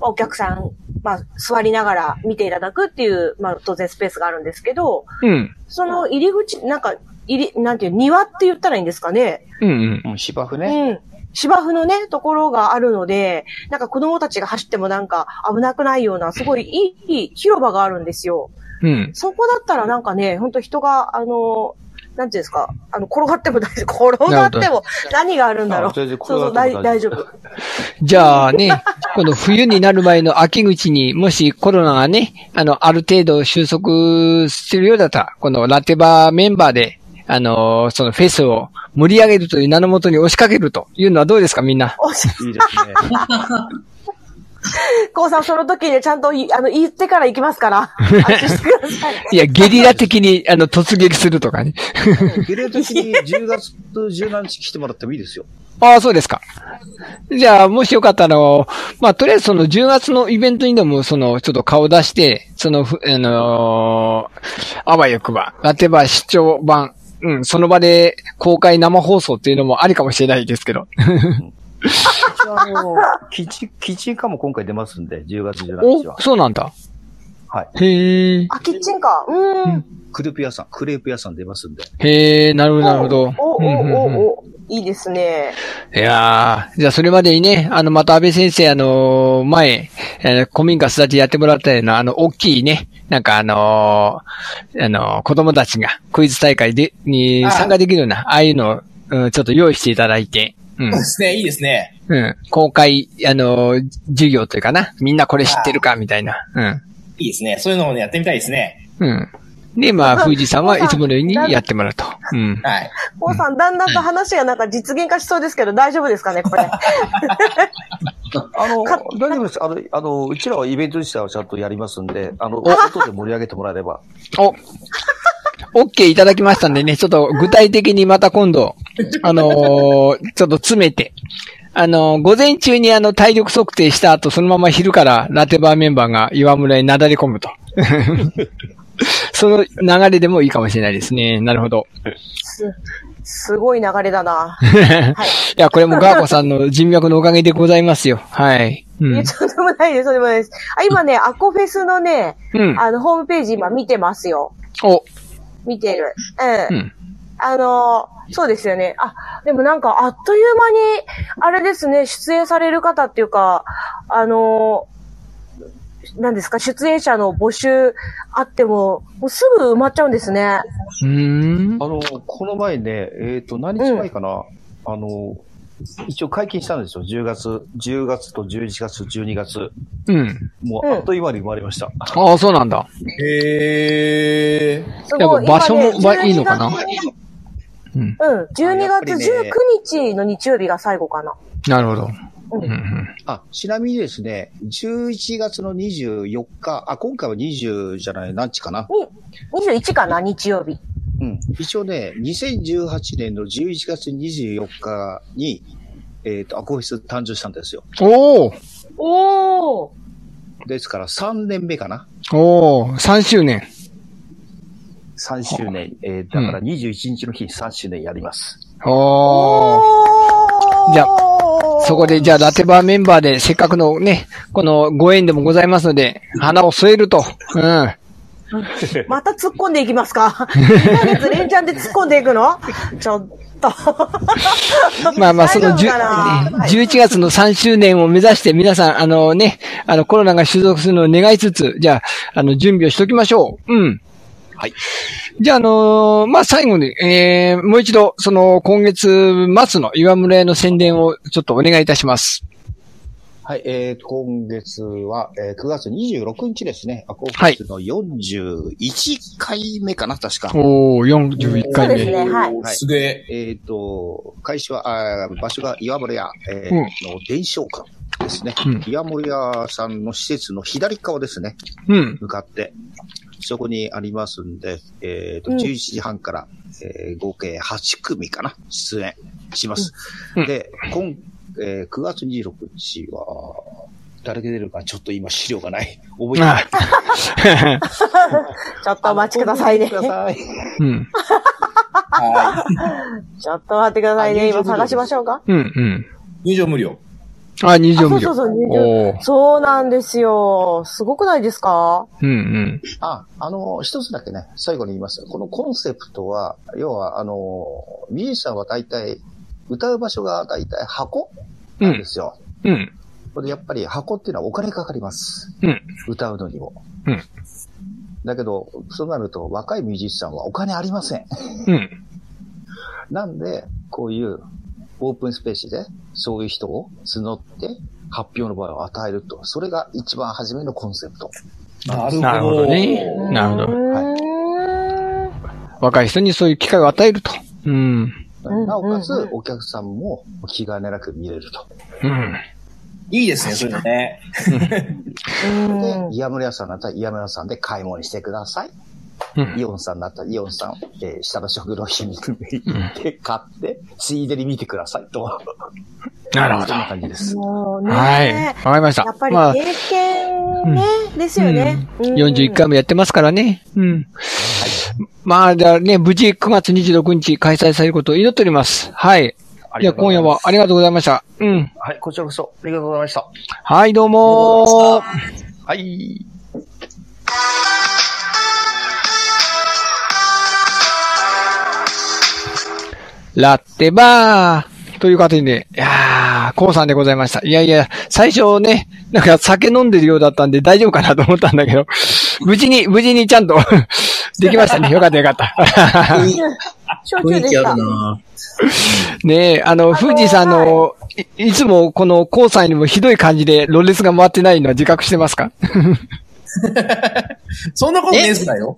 [SPEAKER 2] まあお客さん、まあ、座りながら見ていただくっていう、まあ、当然スペースがあるんですけど、
[SPEAKER 1] うん。
[SPEAKER 2] その入り口、なんか、入り、なんていう、庭って言ったらいいんですかね。
[SPEAKER 1] うん。うん。
[SPEAKER 5] うん、芝生ね。
[SPEAKER 2] うん。芝生のね、ところがあるので、なんか子供たちが走ってもなんか危なくないような、すごいいいいい広場があるんですよ。
[SPEAKER 1] うん。
[SPEAKER 2] そこだったらなんかね、ほんと人が、あの、なんていうんですか、あの、転がっても大丈夫。転がっても何があるんだろう。
[SPEAKER 5] あ全然
[SPEAKER 2] そうそう、
[SPEAKER 5] 転がっ
[SPEAKER 2] 大
[SPEAKER 5] ても
[SPEAKER 2] 大
[SPEAKER 5] 大
[SPEAKER 2] 丈
[SPEAKER 5] 丈
[SPEAKER 2] 夫。
[SPEAKER 1] じゃあね、この冬になる前の秋口に、もしコロナがね、あの、ある程度収束してるようだったら、このラテバーメンバーで、あのーそのフェスを盛り上げるという名のもとに押しかけるというのはどうですか、みんな。
[SPEAKER 2] おし、
[SPEAKER 5] いいです ね。
[SPEAKER 2] こうさんその時にちゃんといあの、言ってから行きますから。安心してください。
[SPEAKER 1] いや、ゲリラ的に、あの、突撃するとかね。
[SPEAKER 5] ゲレー的に10月17日来てもらってもいいですよ。
[SPEAKER 1] ああ、そうですか。じゃあ、もしよかったら、まあ、とりあえずその10月のイベントにでも、その、ちょっと顔出して、その、ふあのーあわよくば、ラテバ視聴版、うん、その場で公開生放送っていうのもありかもしれないですけど。
[SPEAKER 5] 一応あの、キチ、キチンカーも今回出ますんで、10月17日は
[SPEAKER 1] お、。そうなんだ。
[SPEAKER 5] はい。
[SPEAKER 1] へえ、
[SPEAKER 2] あ、キッチンか。うーん。
[SPEAKER 5] クレープ屋さん、クレープ屋さん出ますんで。
[SPEAKER 1] へえ、なるほど、なるほど。
[SPEAKER 2] お、お、
[SPEAKER 1] うんうんうん
[SPEAKER 2] お、お、いいですね。
[SPEAKER 1] いやー、じゃあそれまでにね、あの、また安倍先生、あのー前、えー古民家育てやってもらったような、あの、大きいね、なんかあのーあのー子供たちがクイズ大会で、に参加できるような、ああいうのを、うん、ちょっと用意していただいて、うん
[SPEAKER 3] そうで、すね、いいですね。
[SPEAKER 1] うん、公開、あのー授業というかな、みんなこれ知ってるか、みたいな、
[SPEAKER 3] いいですね。そういうのもね、やってみたいですね。
[SPEAKER 1] うん、うん。で、まあ、富士山はいつものようにやってもらうと。うん。
[SPEAKER 3] はい。
[SPEAKER 2] こうさん、だんだんと話がなんか実現化しそうですけど、大丈夫ですかね、これ。
[SPEAKER 5] あの、
[SPEAKER 2] か
[SPEAKER 5] 大丈夫です。あの、あの、うちらはイベント自体はちゃんとやりますんで、あの、外で盛り上げてもらえれば。
[SPEAKER 1] お、OK いただきましたんでね、ちょっと具体的にまた今度、あのーちょっと詰めて、あのー午前中にあの体力測定した後、そのまま昼からラテバーメンバーが岩村になだれ込むと。 その流れでもいいかもしれないですね。なるほど。
[SPEAKER 2] すすごい流れだな。はい。
[SPEAKER 1] いや、これもガーコさんの人脈のおかげでございますよ。はい。う
[SPEAKER 2] いや
[SPEAKER 1] ん。
[SPEAKER 2] とんでもないです、とんでもないです。あ、今ね、アコフェスのね、
[SPEAKER 1] うん。
[SPEAKER 2] あの、ホームページ今見てますよ。
[SPEAKER 1] お、
[SPEAKER 2] 見てる。うん。
[SPEAKER 1] うん。
[SPEAKER 2] あの、そうですよね。あ、でもなんか、あっという間に、あれですね、出演される方っていうか、あの、何ですか、出演者の募集あっても、もうすぐ埋まっちゃうんですね。
[SPEAKER 1] うーん。
[SPEAKER 5] あの、この前ね、えっ、と、何日前かな、あの、一応解禁したんですよ。10月、10月と11月、12月。
[SPEAKER 1] うん。
[SPEAKER 5] もう、
[SPEAKER 2] うん
[SPEAKER 5] あっという間に生まれました。
[SPEAKER 1] ああ、そうなんだ。
[SPEAKER 3] へえ。
[SPEAKER 2] す
[SPEAKER 1] やっ
[SPEAKER 2] ご
[SPEAKER 1] ぱ
[SPEAKER 2] い。
[SPEAKER 1] 場所も
[SPEAKER 2] 今ね
[SPEAKER 1] いいのかな
[SPEAKER 2] 12月
[SPEAKER 1] うん。
[SPEAKER 2] うん、
[SPEAKER 5] あ
[SPEAKER 2] 12
[SPEAKER 5] やっぱり
[SPEAKER 2] 月
[SPEAKER 5] ね
[SPEAKER 2] 19日の日曜日が最後かな。
[SPEAKER 1] なるほど。
[SPEAKER 2] うん
[SPEAKER 1] うんうん
[SPEAKER 5] あ、ちなみにですね、11月の24日、あ、今回は20じゃない、何日かな。
[SPEAKER 2] 21かな、日曜日。
[SPEAKER 5] うん。一応ね、2018年の11月24日に、えっ、と、アコフェス誕生したんですよ。
[SPEAKER 1] おお
[SPEAKER 2] おー
[SPEAKER 5] ですから3年目かな。
[SPEAKER 1] おお !3 周年。
[SPEAKER 5] 3周年。えーだから21日の日に3周年やります。
[SPEAKER 1] おおじゃ
[SPEAKER 2] あ
[SPEAKER 1] そこで、じゃあ、ラテバーメンバーで、せっかくのね、このご縁でもございますので、花を添えると。うん。
[SPEAKER 2] また突っ込んでいきま すか ?2 ヶ月連チャンで突っ込んでいくのちょっと。
[SPEAKER 1] まあまあ、その、
[SPEAKER 2] 大
[SPEAKER 1] じゅ
[SPEAKER 2] 丈夫かなはい
[SPEAKER 1] 11月の3周年を目指して、皆さん、あのね、あの、コロナが収束するのを願いつつ、じゃあ、あの、準備をしときましょう。うん。
[SPEAKER 5] はい。
[SPEAKER 1] じゃあ、あのーまあ、最後に、えー、もう一度、その、今月末の岩村屋の宣伝をちょっとお願いいたします。
[SPEAKER 5] はい、えーと、今月は、えー9月26日ですね。アコフェスの41回目かな、確か。
[SPEAKER 1] おお41
[SPEAKER 2] そう
[SPEAKER 1] 回
[SPEAKER 2] です
[SPEAKER 1] 目。
[SPEAKER 2] ね、はい。
[SPEAKER 5] はい
[SPEAKER 3] すげえ。
[SPEAKER 5] えっ、と、開始は、あー場所が岩森屋、えー
[SPEAKER 1] うん
[SPEAKER 5] の伝承館ですね。
[SPEAKER 1] うん
[SPEAKER 5] 岩森屋さんの施設の左側ですね、
[SPEAKER 1] うん。
[SPEAKER 5] 向かって。そこにありますんで、えっ、と、
[SPEAKER 2] うん
[SPEAKER 5] 11時半から、えー合計8組かな、出演します。
[SPEAKER 1] うん
[SPEAKER 5] で、今、えー9月26日は、誰が出るかちょっと今資料がない。覚えてない。
[SPEAKER 2] ちょっとお待ちくださいね。
[SPEAKER 5] ごめん
[SPEAKER 2] ち
[SPEAKER 5] なさい。
[SPEAKER 1] うん。
[SPEAKER 3] は
[SPEAKER 2] ょっと待ってください
[SPEAKER 5] あ
[SPEAKER 2] ね。
[SPEAKER 5] 入場
[SPEAKER 2] 今探しましょうか。
[SPEAKER 1] うん。うん。
[SPEAKER 3] い。入場無料。
[SPEAKER 1] あ、入
[SPEAKER 2] あ
[SPEAKER 1] 場無
[SPEAKER 2] そう
[SPEAKER 1] 料
[SPEAKER 2] そう。そう、入場。
[SPEAKER 1] おー
[SPEAKER 2] そうなんですよ。すごくないですか
[SPEAKER 1] うんうん。
[SPEAKER 5] あ、あの、一つだけね、最後に言います。このコンセプトは、要は、あの、ミュージシャンは大体、歌う場所が大体箱
[SPEAKER 1] う
[SPEAKER 5] なんで
[SPEAKER 1] ん。
[SPEAKER 5] すよ。
[SPEAKER 1] うん。
[SPEAKER 5] これやっぱり箱っていうのはお金かかります。
[SPEAKER 1] うん
[SPEAKER 5] 歌うのにも。
[SPEAKER 1] うん
[SPEAKER 5] だけど、そうなると若いミュージシャンはお金ありません。
[SPEAKER 1] うん。
[SPEAKER 5] なんで、こういうオープンスペースで、そういう人を募って、発表の場合を与えると。それが一番初めのコンセプト。
[SPEAKER 3] なるほど。
[SPEAKER 1] なるほどね。なるほど。
[SPEAKER 2] うーん
[SPEAKER 1] 若い人にそういう機会を与えると。うん。
[SPEAKER 2] うん
[SPEAKER 5] なおかつ
[SPEAKER 2] うんうん、
[SPEAKER 5] お客さんも気兼ねなく見れると。
[SPEAKER 1] うん。
[SPEAKER 3] いいですね、それね。
[SPEAKER 5] で
[SPEAKER 2] うん、
[SPEAKER 5] イヤムレ屋さんだったらイヤムレ屋さんで買い物してください。
[SPEAKER 1] うん
[SPEAKER 5] イオンさんだったらイオンさん、えー下の食料品に行って買って、ついでに見てくださいと。
[SPEAKER 1] なるほ
[SPEAKER 5] そ
[SPEAKER 1] ど。
[SPEAKER 5] んな感じです。
[SPEAKER 2] もうね。
[SPEAKER 1] はい。わかりました。
[SPEAKER 2] やっぱ
[SPEAKER 1] まあ
[SPEAKER 2] り経験ね、ですよね。
[SPEAKER 1] うん
[SPEAKER 2] うん
[SPEAKER 1] 41回もやってますからね。うん。まあ、じゃあね、無事9月26日開催されることを祈っております。はい。じゃあ今夜はありがとうございました。うん。
[SPEAKER 5] はい、こちらこそ、ありがとうございました。
[SPEAKER 1] はい、どうも
[SPEAKER 5] はい。
[SPEAKER 1] ラッテバーという形で、ね、いやー、コウさんでございました。いやいや、最初ね、なんか酒飲んでるようだったんで大丈夫かなと思ったんだけど、無事に、無事にちゃんと、 できました ね。よかったよかった。
[SPEAKER 2] 焼酎で
[SPEAKER 4] 雰囲
[SPEAKER 2] し
[SPEAKER 4] 気あ
[SPEAKER 2] た
[SPEAKER 4] る。な
[SPEAKER 1] ねえ、あの、富士山の、い、いつもこのコウさんよりもひどい感じで、ロレスが回ってないのは自覚してますか
[SPEAKER 3] そんなことねえっすだよ。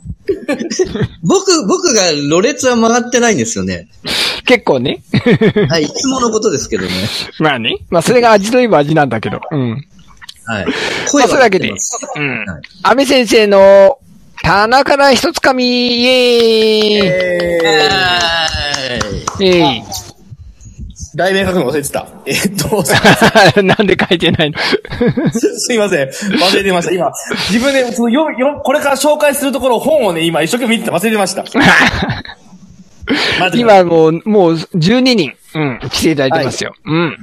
[SPEAKER 4] 僕、僕がろれつは曲がってないんですよね。
[SPEAKER 1] 結構ね。
[SPEAKER 4] はい、いつものことですけどね。
[SPEAKER 1] まあね。まあそれが味といえば味なんだけど。うん。
[SPEAKER 4] はい。
[SPEAKER 1] ま
[SPEAKER 4] 声
[SPEAKER 1] あそれ
[SPEAKER 4] は
[SPEAKER 1] だけ
[SPEAKER 4] 出て
[SPEAKER 1] で
[SPEAKER 4] ます。。
[SPEAKER 1] うん
[SPEAKER 4] はい。
[SPEAKER 1] 安倍先生の、棚から一つかみ、イエーイ、
[SPEAKER 4] はい
[SPEAKER 1] えい。
[SPEAKER 3] 題名書くの忘れてた。えっと、 す
[SPEAKER 1] なんで書いてないの
[SPEAKER 3] すいません。忘れてました。今、自分で、そのよ、よ、これから紹介するところ本をね、今一生懸命見てた忘れてました。マジで、
[SPEAKER 1] 今もう、もう12人、うん、来ていただいてますよ。うん。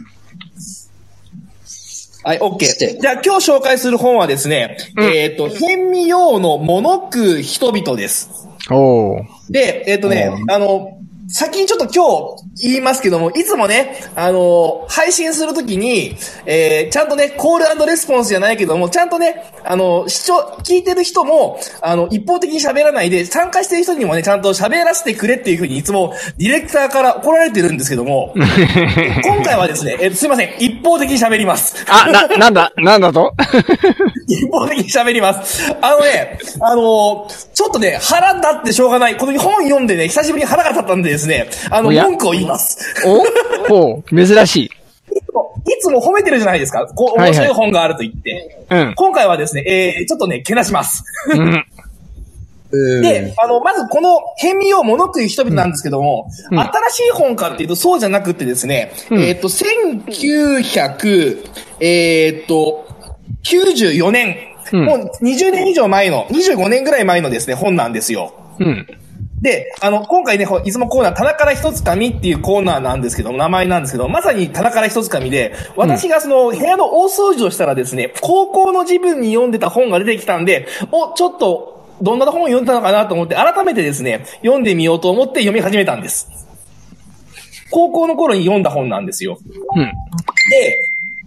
[SPEAKER 3] はい、オッケー。じゃあ今日紹介する本はですね、
[SPEAKER 1] うん
[SPEAKER 3] えっと、変味用の物食う人々です。
[SPEAKER 1] おー
[SPEAKER 3] で、えっ、とね、あの、先にちょっと今日言いますけども、いつもね、あのー配信するときに、えー、ちゃんとね、コールレスポンスじゃないけども、ちゃんとね、あのー視聴、聞いてる人も、あの、一方的に喋らないで、参加してる人にもね、ちゃんと喋らせてくれっていうふうに、いつもディレクターから怒られてるんですけども、今回はですね、えーすいません、一方的に喋ります。
[SPEAKER 1] あ、な、なんだ、なんだと
[SPEAKER 3] 一方的に喋ります。あのね、あのーちょっとね、腹立ってしょうがない。この本読んでね、久しぶりに腹が立ったんでですね、あの、
[SPEAKER 1] おや
[SPEAKER 3] 文句を言います。
[SPEAKER 1] おほう、珍しい。
[SPEAKER 3] いつも褒めてるじゃないですか。こう、
[SPEAKER 1] はいはい
[SPEAKER 3] 面白い本があると言って。
[SPEAKER 1] うん。
[SPEAKER 3] 今回はですね、えー、ちょっとね、けなします。
[SPEAKER 1] うん。
[SPEAKER 3] で、あの、まずこの変味を物食い人々なんですけども、
[SPEAKER 1] うん
[SPEAKER 3] 新しい本かっていうとそうじゃなくてですね、
[SPEAKER 1] うん
[SPEAKER 3] えっ、と、1900、えっ、と、94年、
[SPEAKER 1] うん
[SPEAKER 3] もう20年以上前の、25年ぐらい前のですね、本なんですよ。
[SPEAKER 1] うん。
[SPEAKER 3] で、あの、今回ね、ほいつもコーナー、棚から一つ紙っていうコーナーなんですけども、名前なんですけど、まさに棚から一つ紙で、私がその、部屋の大掃除をしたらですね、高校の自分に読んでた本が出てきたんで、お、ちょっと、どんな本を読んでたのかなと思って、改めてですね、読んでみようと思って読み始めたんです。高校の頃に読んだ本なんですよ。
[SPEAKER 1] うん。
[SPEAKER 3] で、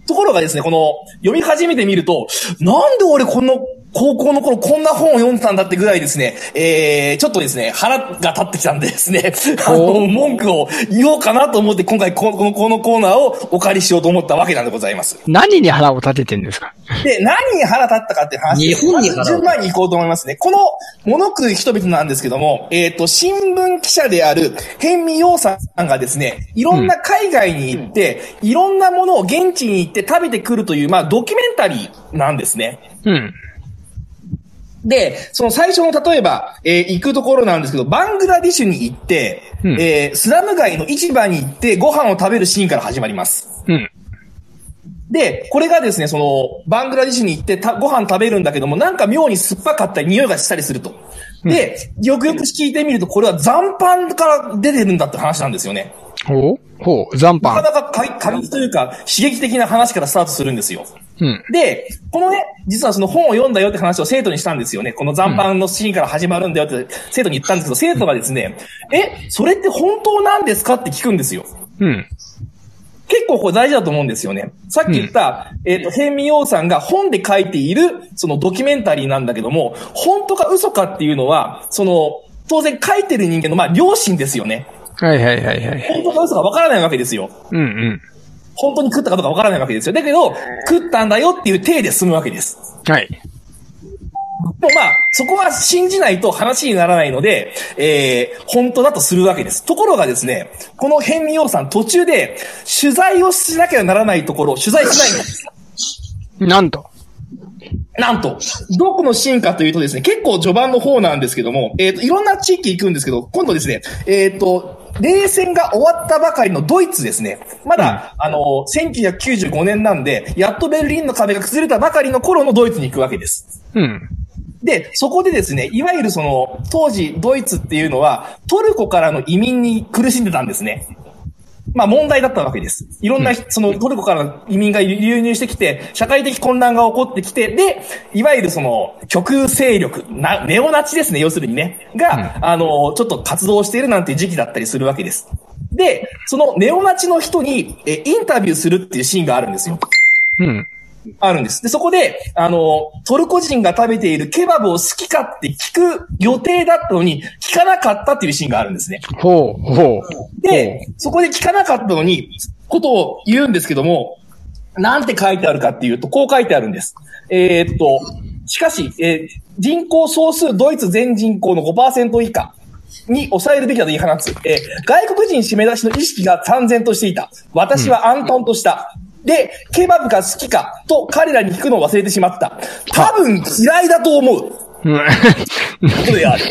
[SPEAKER 3] ところがですね、この、読み始めてみると、なんで俺この、高校の頃こんな本を読んでたんだってぐらいですね、えー、ちょっとですね、腹が立ってきたんでですね、あの、文句を言おうかなと思って、今回ここのこのコーナーをお借りしようと思ったわけなんでございます。
[SPEAKER 1] 何に腹を立ててんですか
[SPEAKER 3] で、何に腹立ったかっていう話で
[SPEAKER 4] 日本に腹
[SPEAKER 3] ま
[SPEAKER 4] を
[SPEAKER 3] ず順番に行こうと思いますね。この、物食う人々なんですけども、えっ、と、新聞記者である、ヘンミヨウさんがですね、いろんな海外に行って、いろんなものを現地に行って食べてくるという、まあ、ドキュメンタリーなんですね。
[SPEAKER 1] うん。
[SPEAKER 3] で、その最初の例えば、えー行くところなんですけど、バングラディッシュに行って、
[SPEAKER 1] うん
[SPEAKER 3] えースラム街の市場に行ってご飯を食べるシーンから始まります。
[SPEAKER 1] うん。
[SPEAKER 3] で、これがですね、その、バングラディッシュに行ってたご飯食べるんだけども、なんか妙に酸っぱかったり匂いがしたりすると。で、よくよく聞いてみると、これは残飯から出てるんだって話なんですよね。
[SPEAKER 1] ほうほう、残
[SPEAKER 3] なか
[SPEAKER 1] 飯。
[SPEAKER 3] なか過過激というか、刺激的な話からスタートするんですよ。
[SPEAKER 1] うん。
[SPEAKER 3] で、このね、実はその本を読んだよって話を生徒にしたんですよね。この残飯のシーンから始まるんだよって生徒に言ったんですけど、生徒がですね、え、それって本当なんですかって聞くんですよ。
[SPEAKER 1] うん。
[SPEAKER 3] 結構これ大事だと思うんですよね。さっき言った、えっ、と、ヘンミヨウさんが本で書いている、そのドキュメンタリーなんだけども、本当か嘘かっていうのは、その、当然書いてる人間の、まあ、良心ですよね。
[SPEAKER 1] はいはいはいはい。
[SPEAKER 3] 本当か嘘かわからないわけですよ。
[SPEAKER 1] うんうん。
[SPEAKER 3] 本当に食ったかどうかわからないわけですよ。だけど、食ったんだよっていう体で済むわけです。
[SPEAKER 1] はい。
[SPEAKER 3] でもまあ、そこは信じないと話にならないので、えー、本当だとするわけです。ところがですね、このヘンミヨウさん途中で、取材をしなきゃならないところを取材しないんです。
[SPEAKER 1] なんと。
[SPEAKER 3] なんと、どこのシーンかというとですね、結構序盤の方なんですけども、えっ、と、いろんな地域行くんですけど、今度ですね、えっ、と、冷戦が終わったばかりのドイツですね。まだ、あの、1995年なんで、やっとベルリンの壁が崩れたばかりの頃のドイツに行くわけです。
[SPEAKER 1] うん。
[SPEAKER 3] で、そこでですね、いわゆるその、当時ドイツっていうのは、トルコからの移民に苦しんでたんですね。まあ問題だったわけです。いろんな、そのトルコからの移民が流入してきて、社会的混乱が起こってきて、で、いわゆるその、極右勢力、な、ネオナチですね、要するにね、が、あの、ちょっと活動しているなんていう時期だったりするわけです。で、そのネオナチの人に、え、インタビューするっていうシーンがあるんですよ。
[SPEAKER 1] うん。
[SPEAKER 3] あるんです。で、そこで、あの、トルコ人が食べているケバブを好きかって聞く予定だったのに、聞かなかったっていうシーンがあるんですね。
[SPEAKER 1] ほうほ
[SPEAKER 3] で、そこで聞かなかったのに、ことを言うんですけども、なんて書いてあるかっていうと、こう書いてあるんです。えーっと、しかし、えー人口総数ドイツ全人口の5%以下に抑えるべきだと言い放つ。えー外国人締め出しの意識が三然としていた。私は暗淡とした。で、ケバブが好きかと彼らに聞くのを忘れてしまった。多分嫌いだと思う。
[SPEAKER 1] う。うん
[SPEAKER 3] ことである。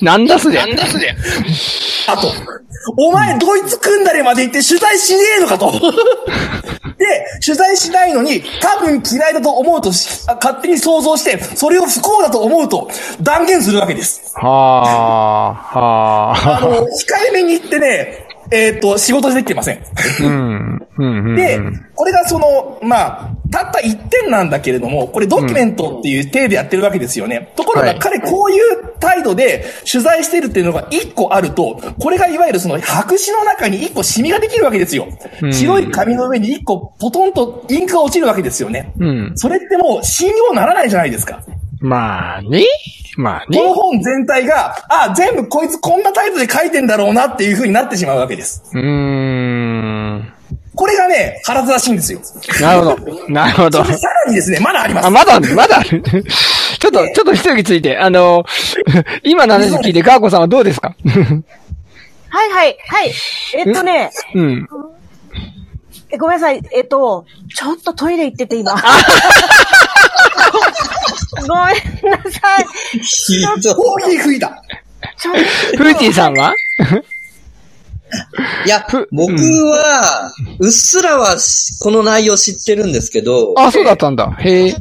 [SPEAKER 1] なんだすりゃ。なんだすりゃ。
[SPEAKER 3] あと、お前ドイツ組んだりまで行って取材しねえのかと。で、取材しないのに、多分嫌いだと思うとしあ勝手に想像して、それを不幸だと思うと断言するわ けです。
[SPEAKER 1] はあ、は
[SPEAKER 3] あ
[SPEAKER 1] あ。
[SPEAKER 3] の、控えめに言ってね、えっ、と、仕事できてません。
[SPEAKER 1] うん。うんうん
[SPEAKER 3] で
[SPEAKER 1] うん、
[SPEAKER 3] これがその、まあ、たった1点なんだけれども、これドキュメントっていう体でやってるわけですよね。ところ
[SPEAKER 1] は
[SPEAKER 3] が
[SPEAKER 1] い
[SPEAKER 3] 彼こういう態度で取材してるっていうのが1個あると、これがいわゆるその白紙の中に1個シミができるわけですよ
[SPEAKER 1] う。ん
[SPEAKER 3] 白い紙の上に1個ポトンとインクが落ちるわけですよね。
[SPEAKER 1] うん。
[SPEAKER 3] それってもう信用ならないじゃないですか。
[SPEAKER 1] まあね。まあ
[SPEAKER 3] この
[SPEAKER 1] ね。
[SPEAKER 3] 本全体が、あ、全部こいつこんな態度で書いてんだろうなっていう風になってしまうわけです。
[SPEAKER 1] うーん。
[SPEAKER 3] これがね、腹立たしいんですよ。
[SPEAKER 1] なるほど。なるほど
[SPEAKER 3] そし。てさらにですね、まだあります
[SPEAKER 1] あ、。まだある、まだある。ちょっと、ちょっと一息ついて、あの、 今の話聞いて、ガーコさんはどうですか
[SPEAKER 2] はいはい、はい。えっとね、
[SPEAKER 1] うん。
[SPEAKER 2] えごめんなさい、えっと、ちょっとトイレ行ってて今。ごごめんなさい。
[SPEAKER 4] ひどい。
[SPEAKER 3] コーヒー吹いた。
[SPEAKER 2] ちょっと。
[SPEAKER 1] フーティーさんはい
[SPEAKER 4] や
[SPEAKER 1] ふ、
[SPEAKER 4] 僕は、うっすらはし、この内容知ってるんですけど、
[SPEAKER 1] あ、そうだったんだ。へえ。
[SPEAKER 4] え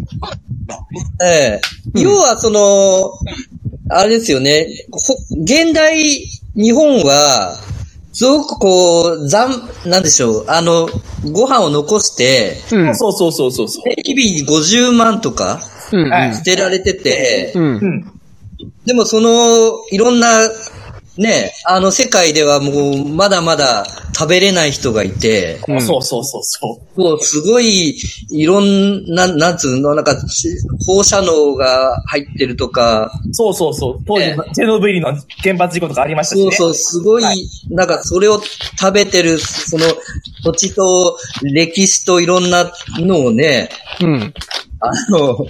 [SPEAKER 4] え要はその、あれですよね、ほ現代日本は、すごくこう、ざん、なんでしょう、あの、ご飯を残して、
[SPEAKER 1] うん。うん
[SPEAKER 3] そうそうそうそうそう。
[SPEAKER 4] 日々50万とか
[SPEAKER 1] うん。
[SPEAKER 3] はい
[SPEAKER 4] 捨てられてて
[SPEAKER 1] う、。
[SPEAKER 3] うんん。
[SPEAKER 4] でもその、いろんな、ね、あの世界ではもう、まだまだ食べれない人がいて、
[SPEAKER 1] うん
[SPEAKER 3] そうそうそうそ
[SPEAKER 4] もうすごい、いろんな、なんつうの、なんか、し放射能が入ってるとか、
[SPEAKER 3] う。そうそうそう。当時
[SPEAKER 4] え、
[SPEAKER 3] チェノブイリの原発事故とかありましたし
[SPEAKER 4] そう
[SPEAKER 3] ね。
[SPEAKER 4] そう、すごい
[SPEAKER 3] は、
[SPEAKER 4] なんかそれを食べてる、その、土地と歴史といろんなのをね、
[SPEAKER 1] うん。
[SPEAKER 4] あの、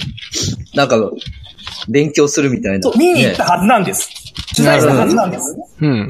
[SPEAKER 4] なんか、勉強するみたいな。
[SPEAKER 3] そう見に行った
[SPEAKER 4] ね
[SPEAKER 3] はずなんです。取材したはずなんです。
[SPEAKER 1] うん。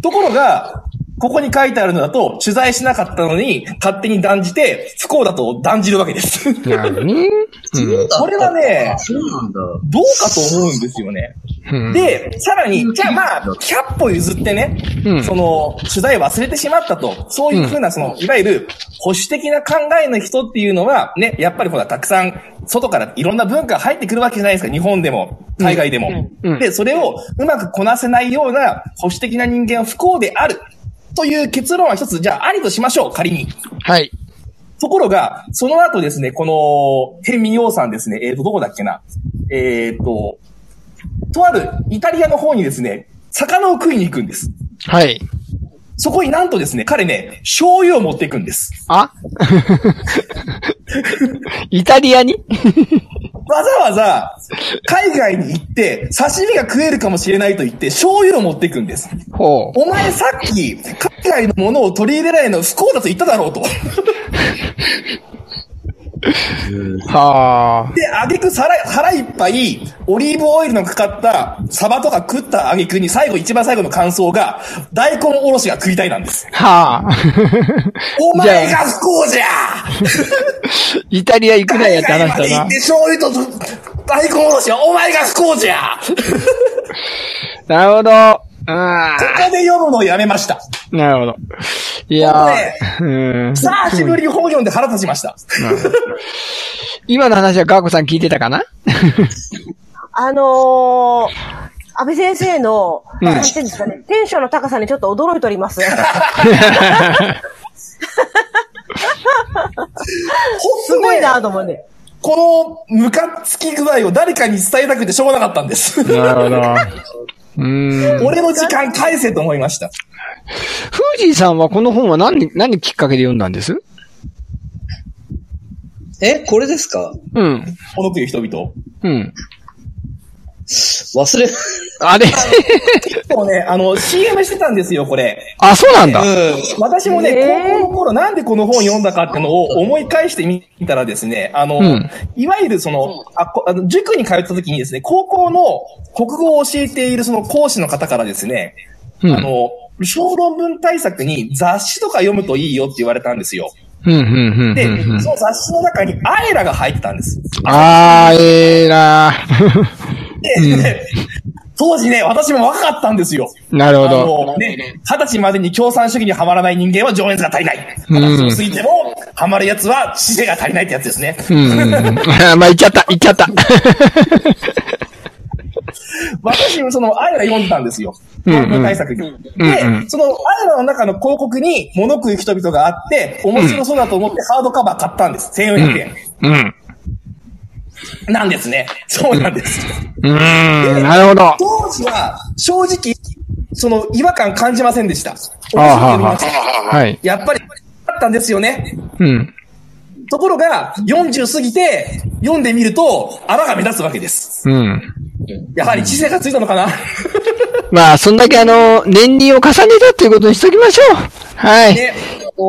[SPEAKER 3] ところが、ここに書いてあるのだと、取材しなかったのに、勝手に断じて、不幸だと断じるわけです。
[SPEAKER 1] なるね。
[SPEAKER 4] そうだ
[SPEAKER 3] これはね
[SPEAKER 4] そうなんだ。
[SPEAKER 3] どうかと思うんですよね。
[SPEAKER 1] うん。
[SPEAKER 3] で、さらに、じゃあまあ、100歩譲ってね、
[SPEAKER 1] うん
[SPEAKER 3] その、取材忘れてしまったと、そういうふうな、その、いわゆる、保守的な考えの人っていうのは、ね、やっぱりほら、たくさん、外からいろんな文化が入ってくるわけじゃないですか、日本でも、海外でも。
[SPEAKER 1] うんうん
[SPEAKER 3] で、それをうまくこなせないような、保守的な人間は不幸である、という結論は一つ、じゃあ、ありとしましょう、仮に。
[SPEAKER 1] はい。
[SPEAKER 3] ところが、その後ですね、この、ヘンミヨウさんですね、えっ、と、どこだっけな、えっ、と、とあるイタリアの方にですね、魚を食いに行くんです。
[SPEAKER 1] はい。
[SPEAKER 3] そこになんとですね、彼ね、醤油を持っていくんです。
[SPEAKER 1] あ イタリアに
[SPEAKER 3] わざわざ、海外に行って、刺身が食えるかもしれないと言って、醤油を持っていくんです。
[SPEAKER 1] ほう。
[SPEAKER 3] お前さっき、海外のものを取り入れないの不幸だと言っただろうと。
[SPEAKER 1] は
[SPEAKER 3] で、あげく腹腹いっぱい、オリーブオイルのかかった、サバとか食ったあげくに、最後、一番最後の感想が、大根おろしが食いたいなん です。
[SPEAKER 1] あ。はあ。
[SPEAKER 3] お前
[SPEAKER 1] じゃ
[SPEAKER 3] が
[SPEAKER 1] あ
[SPEAKER 3] 不幸じゃ
[SPEAKER 1] イタリア行くなやって
[SPEAKER 3] 海外
[SPEAKER 1] 話
[SPEAKER 3] ま
[SPEAKER 1] だ
[SPEAKER 3] で行っ
[SPEAKER 1] な
[SPEAKER 3] て。醤油と大根おろしはお前が不幸じゃこ
[SPEAKER 1] なるほど。うん。
[SPEAKER 3] こで読むのをやめました。
[SPEAKER 1] なるほど。いやー、うん
[SPEAKER 3] 久しぶりに本読んで腹立ちました。
[SPEAKER 1] 今の話はガーコさん聞いてたか な
[SPEAKER 2] あのー、安倍先生の、
[SPEAKER 1] うん
[SPEAKER 2] なんていうんですかね、テンションの高さにちょっと驚いております。すごいなと思うね。
[SPEAKER 3] このムカつき具合を誰かに伝えたくてしょうがなかったんです。
[SPEAKER 1] なるほど。うーん。フー
[SPEAKER 3] 俺の時間返せと思いました。
[SPEAKER 1] ジーさんはこの本は何、何きっかけで読んだんです
[SPEAKER 4] え、これですか
[SPEAKER 1] うん。
[SPEAKER 3] この国人々。
[SPEAKER 1] うん。
[SPEAKER 4] 忘れ、
[SPEAKER 1] あれ
[SPEAKER 3] でもね、あの、CM してたんですよ、これ。
[SPEAKER 1] あ、そうなんだ。
[SPEAKER 3] 私もね、
[SPEAKER 2] えー
[SPEAKER 3] 高校の頃なんでこの本読んだかってのを思い返してみたらですね、あの、
[SPEAKER 1] うん
[SPEAKER 3] いわゆるその、あこあの塾に通った時にですね、高校の国語を教えているその講師の方からですね、
[SPEAKER 1] う
[SPEAKER 3] あ
[SPEAKER 1] ん。
[SPEAKER 3] の、小論文対策に雑誌とか読むといいよって言われたんですよ。
[SPEAKER 1] うん、うん、うん
[SPEAKER 3] で、
[SPEAKER 1] うん。うん
[SPEAKER 3] その雑誌の中にアエラが入ってたんです。
[SPEAKER 1] あー、えーらー。
[SPEAKER 3] で、 当時ね、私も若かったんですよ。
[SPEAKER 1] なるほ
[SPEAKER 3] あ
[SPEAKER 1] ど。
[SPEAKER 3] の、ね、二十歳までに共産主義にはまらない人間は情熱が足りない。
[SPEAKER 1] うん
[SPEAKER 3] 二十歳を過ぎても、はまるやつは知性が足 りないってやつですね。
[SPEAKER 1] うん。まあ、言っちゃった、言っちゃった。
[SPEAKER 3] 私、その、アイラ読んでたんですよ。
[SPEAKER 1] うんうん
[SPEAKER 3] コロナ対策に。
[SPEAKER 1] うんうん
[SPEAKER 3] で、その、アイラの中の広告に物食う人々があって、面白そうだと思ってハードカバー買ったんです。1400円。
[SPEAKER 1] うん。
[SPEAKER 3] なんですね。そうなんです。
[SPEAKER 1] うーん、なるほど。
[SPEAKER 3] 当時は、正直、その、違和感感じませんでした。面
[SPEAKER 1] ああ
[SPEAKER 3] 白いと思いました
[SPEAKER 1] はい。
[SPEAKER 3] やっぱり、あったんですよね。
[SPEAKER 1] うん。
[SPEAKER 3] ところが、40過ぎて、読んでみると、あらが目立つわけです。
[SPEAKER 1] うん。
[SPEAKER 3] やはり知性がついた のかな
[SPEAKER 1] まあ、そんだけあの、年輪を重ねたっていうことにしときましょう。はい。
[SPEAKER 3] ね。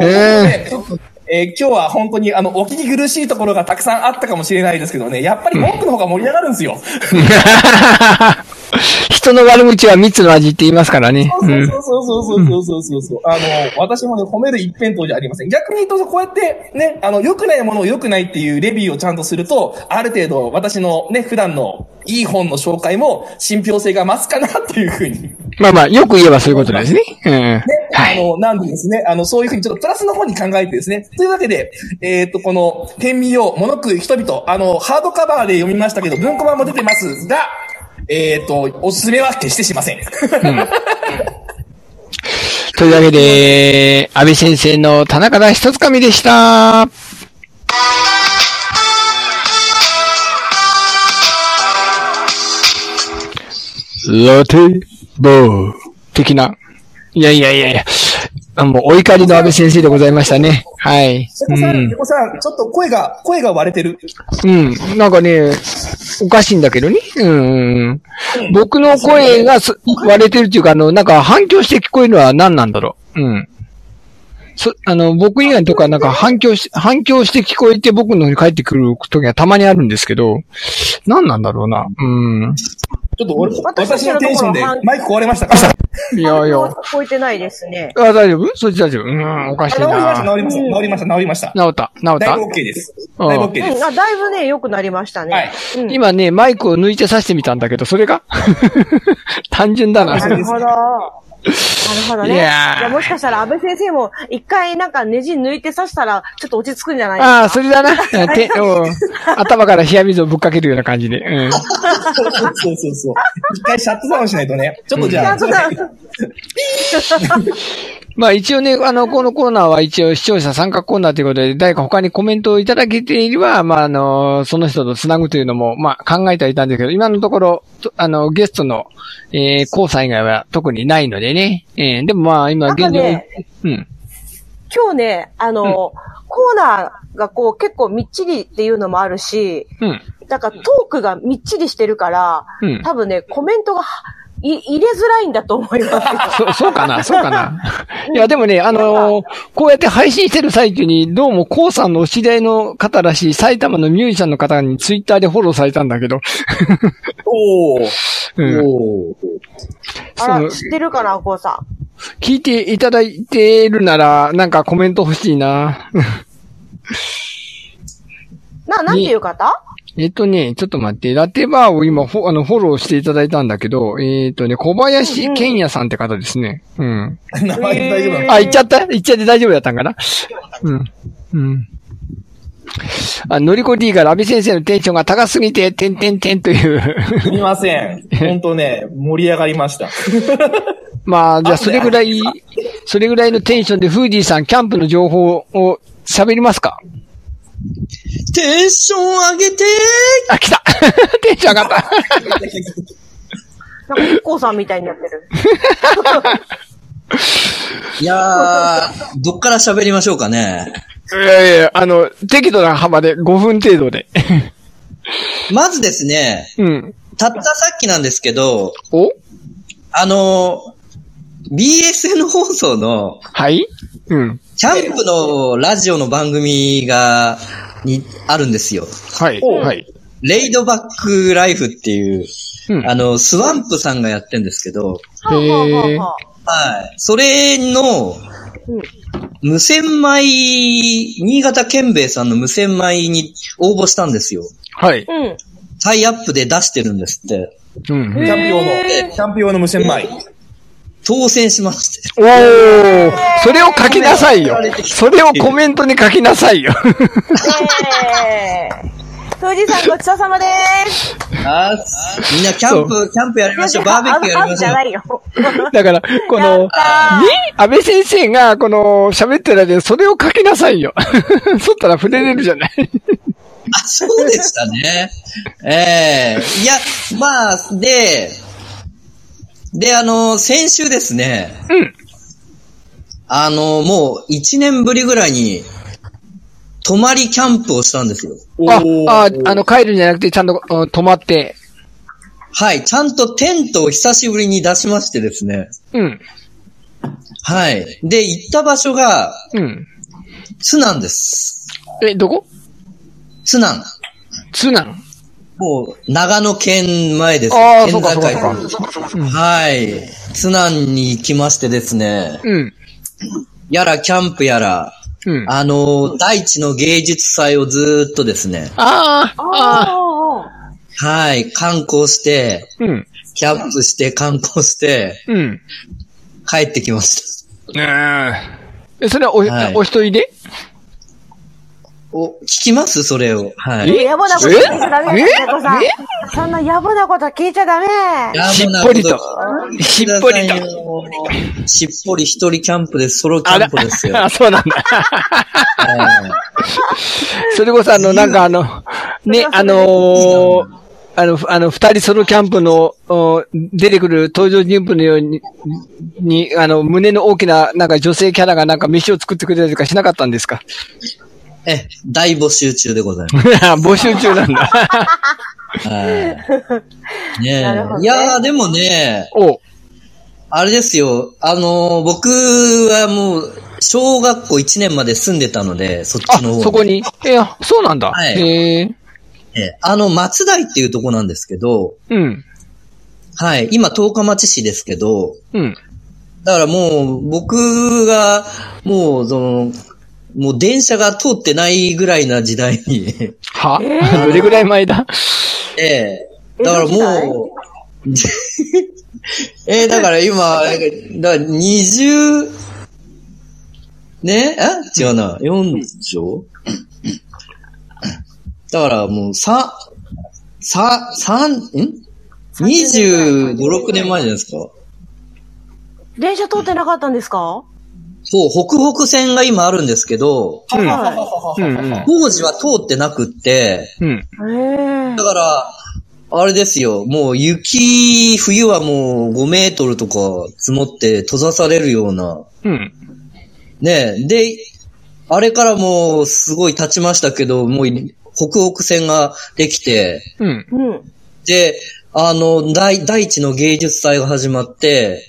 [SPEAKER 1] え
[SPEAKER 3] ちょっとえー今日は本当に、あの、お聞き苦しいところがたくさんあったかもしれないですけどね、やっぱり文句の方が盛り上がるんですよ。
[SPEAKER 1] 人の悪口は蜜の味って言いますからね。うん。
[SPEAKER 3] そうそうそうそうそうそうそう。うあの、私もね、褒める一辺倒じゃありません。逆に言うと、こうやって、ね、あの、良くないものを良くないっていうレビューをちゃんとすると、ある程度、私のね、普段のいい本の紹介も、信憑性が増すかなというふうに。ね、
[SPEAKER 1] まあまあ、よく言えばそういうことですね。うん。は
[SPEAKER 3] あ
[SPEAKER 1] い。
[SPEAKER 3] の、なんでですね、あの、そういうふうにちょっとプラスの方に考えてですね。というわけで、えっ、と、この、天秤を、物食う人々、あの、ハードカバーで読みましたけど、文庫版も出てますが、えっ、と、おすすめは決してしません。
[SPEAKER 1] というわけで、安倍先生の田中田一つかみでした。ラテボー的な。いやいやいやいや。あもうお怒りの安倍先生でございましたね。はい。
[SPEAKER 3] 瀬
[SPEAKER 1] う
[SPEAKER 3] 古さん、瀬
[SPEAKER 1] ん。
[SPEAKER 3] 古さん、ちょっと声が、声が割れてる。
[SPEAKER 1] うん。なんかね、おかしいんだけどね。うん。僕の声がす割れてるっていうか、あの、なんか反響して聞こえるのは何なんだろう。うん。そ、あの、僕以外のとこはなんか反響し、反響して聞こえて僕の方に帰ってくる時がたまにあるんですけど、何なんだろうな。うん。
[SPEAKER 3] ちょっと俺、
[SPEAKER 2] 私
[SPEAKER 3] 私のテンションでマイク壊れましたか
[SPEAKER 1] いやいや。あ、
[SPEAKER 2] 聞こえてないですね。
[SPEAKER 1] 大丈夫そっち大丈夫うん、おかしい
[SPEAKER 3] あ
[SPEAKER 1] な。
[SPEAKER 3] 治りました、治りました、治りました、治りま
[SPEAKER 1] 治った治っ
[SPEAKER 3] した。だ
[SPEAKER 1] た
[SPEAKER 3] いぶ OK です。
[SPEAKER 1] うん
[SPEAKER 3] だいぶ OK
[SPEAKER 2] う
[SPEAKER 3] です。
[SPEAKER 2] ん、あだいぶね、良くなりましたね。
[SPEAKER 3] はい
[SPEAKER 2] うん、
[SPEAKER 1] 今ね、マイクを抜いて刺してみたんだけど、それが 単純だな。
[SPEAKER 2] なるほど。なるほどね。
[SPEAKER 1] いやー
[SPEAKER 2] いやもしかしたら安倍先生も一回なんかネジ抜いて刺したらちょっと落ち着くんじゃないですか
[SPEAKER 1] ああ、それ だな。手、うん頭から冷や水をぶっかけるような感じで。 うん。
[SPEAKER 3] そうそうそうそう。一回シャットダウンしないとね。ちょっとじゃあ、
[SPEAKER 2] ちょっと
[SPEAKER 3] はい
[SPEAKER 1] まあ一応ね、あの、このコーナーは一応視聴者参加コーナーということで、誰か他にコメントをいただけていれば、まああの、その人と繋ぐというのも、まあ考えてはいたんですけど、今のところ、とあの、ゲストの、えー、交際以外は特にないのでね。えー、でもまあ今
[SPEAKER 2] なん
[SPEAKER 1] 現状、
[SPEAKER 2] かね
[SPEAKER 1] うん。
[SPEAKER 2] 今日ね、あの、コーナーがこう結構みっちりっていうのもあるし、
[SPEAKER 1] うん。
[SPEAKER 2] だからトークがみっちりしてるから、
[SPEAKER 1] うん
[SPEAKER 2] 多分ね、コメントがい入れづらいんだと思いますよ。
[SPEAKER 1] そ、そうか な、そうかな。いや、でもね、あのーこうやって配信してる最中に、どうも、コウさんのお知り合いの方らしい、埼玉のミュージシャンの方にツイッターでフォローされたんだけど。
[SPEAKER 3] おー。
[SPEAKER 1] うん。
[SPEAKER 3] おー
[SPEAKER 1] そ
[SPEAKER 2] あ
[SPEAKER 1] の
[SPEAKER 2] ら、知ってるかな、こうさん。
[SPEAKER 1] 聞いていただいてるなら、なんかコメント欲しいな。
[SPEAKER 2] な、なんていう方
[SPEAKER 1] えっとね、ちょっと待って、ラテバーを今、ほあの、フォローしていただいたんだけど、えっとね、小林健也さんって方ですね。うん。
[SPEAKER 3] 名前大丈夫なの
[SPEAKER 1] あ、行っちゃった行っちゃって大丈夫だったんかなうん。うん。あ、のりこ D から安倍先生のテンションが高すぎて、てんてんてんという。
[SPEAKER 3] すみません。本当ね、盛り上がりました。
[SPEAKER 1] まあ、じゃあそれぐらい、それぐらいのテンションでフーディーさん、キャンプの情報を喋りますか
[SPEAKER 4] テンション上げて
[SPEAKER 1] あ、来た テンション上がった
[SPEAKER 2] なんか、こうさんみたいになってる。
[SPEAKER 4] いや ー、どっから喋りましょうかね。
[SPEAKER 1] いやいや、あの、適度な幅で5分程度で。
[SPEAKER 4] まずですね、
[SPEAKER 1] うん。
[SPEAKER 4] たったさっきなんですけど、
[SPEAKER 1] お
[SPEAKER 4] あの、BSN 放送の
[SPEAKER 1] はいうん。
[SPEAKER 4] キャンプのラジオの番組が、に、あるんですよ。
[SPEAKER 1] はい。はい。
[SPEAKER 4] レイドバックライフっていう、
[SPEAKER 1] うん。
[SPEAKER 4] あの、スワンプさんがやってんですけど、
[SPEAKER 1] へえ。
[SPEAKER 4] はい。それの、
[SPEAKER 2] うん
[SPEAKER 4] 無洗米、新潟県兵衛さんの無洗米に応募したんですよ。
[SPEAKER 1] はい。
[SPEAKER 2] うん。
[SPEAKER 4] タイアップで出してるんですって。
[SPEAKER 1] うん
[SPEAKER 3] キ。ャンプ用の
[SPEAKER 2] へ、
[SPEAKER 3] キャンプ用の無洗米。
[SPEAKER 4] 当選し まして。
[SPEAKER 1] おー、それを書きなさいよ。それをコメントに書きなさいよ。
[SPEAKER 2] え富士山ごちそうさまでーす。
[SPEAKER 4] あーみんなキャンプ、キャンプやりましょう。バーベキューや
[SPEAKER 2] あの。
[SPEAKER 4] りましょう
[SPEAKER 2] パンじゃないよ。
[SPEAKER 1] だから、この、
[SPEAKER 2] や
[SPEAKER 1] ね
[SPEAKER 2] ったー
[SPEAKER 1] 安倍先生が、この、喋ってる間にそれを書きなさいよ。そったら触れれるじゃない。
[SPEAKER 4] あ、そうでしたね。ええいや、まあ、で、で、あの、先週ですね。あの、もう、一年ぶりぐらいに、泊まりキャンプをしたんですよ。
[SPEAKER 1] あ、あ、あの、帰るんじゃなくて、ちゃんとうん止まって。
[SPEAKER 4] はい、ちゃんとテントを久しぶりに出しましてですね。
[SPEAKER 1] うん。
[SPEAKER 4] はい。で、行った場所が、
[SPEAKER 1] うん。
[SPEAKER 4] 津南です。
[SPEAKER 1] え、どこ
[SPEAKER 4] 津南。
[SPEAKER 1] 通なの
[SPEAKER 4] もう、長野県前です。
[SPEAKER 1] ああ、そ
[SPEAKER 4] 県
[SPEAKER 1] うか、そうか、
[SPEAKER 4] 境
[SPEAKER 1] そうか。
[SPEAKER 4] はい。津南に行きましてですね。
[SPEAKER 1] うん。
[SPEAKER 4] やらキャンプやら、
[SPEAKER 1] うん。あ
[SPEAKER 4] あの、大地の芸術祭をずーっとですね、
[SPEAKER 1] あー、ああ
[SPEAKER 2] ああ。
[SPEAKER 4] はい、観光して、
[SPEAKER 1] ー、うん。
[SPEAKER 4] キャンプして観光して、
[SPEAKER 1] うん。
[SPEAKER 4] 帰ってきまし
[SPEAKER 1] え、それはお、
[SPEAKER 4] はい
[SPEAKER 1] お一人で
[SPEAKER 4] た。お、聞きますそれを。はい。
[SPEAKER 1] え
[SPEAKER 2] やぼなこと聞いちゃダ
[SPEAKER 1] え
[SPEAKER 2] メよ、猫さん
[SPEAKER 1] え。
[SPEAKER 2] そんなやぼなこと聞いちゃダメ。
[SPEAKER 1] しっぽりと
[SPEAKER 4] やばなこと
[SPEAKER 1] しっぽりと
[SPEAKER 4] 聞いてくださいよ。しっぽり一人キャンプです。ソロキ
[SPEAKER 1] あ
[SPEAKER 4] ャ
[SPEAKER 1] ら
[SPEAKER 4] ンプです、よ。
[SPEAKER 1] あ、そうなんだ。
[SPEAKER 4] はい
[SPEAKER 1] それこそあの、なんかあの、ね、あのーあの、あの、二人ソロキャンプの、お出てくる登場人物のように、に、あの、胸の大きな、なんか女性キャラがなんか飯を作ってくれたりとかしなかったんですか
[SPEAKER 4] え、大募集中でございま
[SPEAKER 1] 募集中なんだ。
[SPEAKER 4] す。はい。ね
[SPEAKER 2] なるほど
[SPEAKER 4] え。
[SPEAKER 2] ね
[SPEAKER 4] いやー、でもね、
[SPEAKER 1] おう
[SPEAKER 4] あれですよ。あのー僕はもう、小学校1年まで住んでたので、そっ
[SPEAKER 1] あ
[SPEAKER 4] ちの方、
[SPEAKER 1] そこ。に。いや、そうなんだ。
[SPEAKER 4] はい
[SPEAKER 1] へえ。
[SPEAKER 4] ええあの、松台っていうとこなんですけど、
[SPEAKER 1] うん。
[SPEAKER 4] はい。今、十日町市ですけど、
[SPEAKER 1] うん。
[SPEAKER 4] だからもう、僕が、もう、その、もう電車が通ってないぐらいな時代に、
[SPEAKER 1] は、 どれぐらい前だ
[SPEAKER 4] ええだからもう、 ええだから今、だから20、ねえ違うな。4でしょだからもう、さ、さ、三ん ?25、6年前じゃないですか。
[SPEAKER 2] 電車通ってなかったんですか
[SPEAKER 4] そう、北北線が今あるんですけど、
[SPEAKER 1] うん。
[SPEAKER 3] は
[SPEAKER 1] うん。うん
[SPEAKER 4] 当時は通ってなくって、
[SPEAKER 1] うん。
[SPEAKER 2] へえ
[SPEAKER 4] だ。から、あれですよ、もう雪、冬はもう5メートルとか積もって閉ざされるような。
[SPEAKER 1] うん。
[SPEAKER 4] ねえで、あれからもうすごい経ちましたけど、もう北北線ができて、
[SPEAKER 1] うん。
[SPEAKER 2] うん。
[SPEAKER 4] で、あの、大、大地の芸術祭が始まって、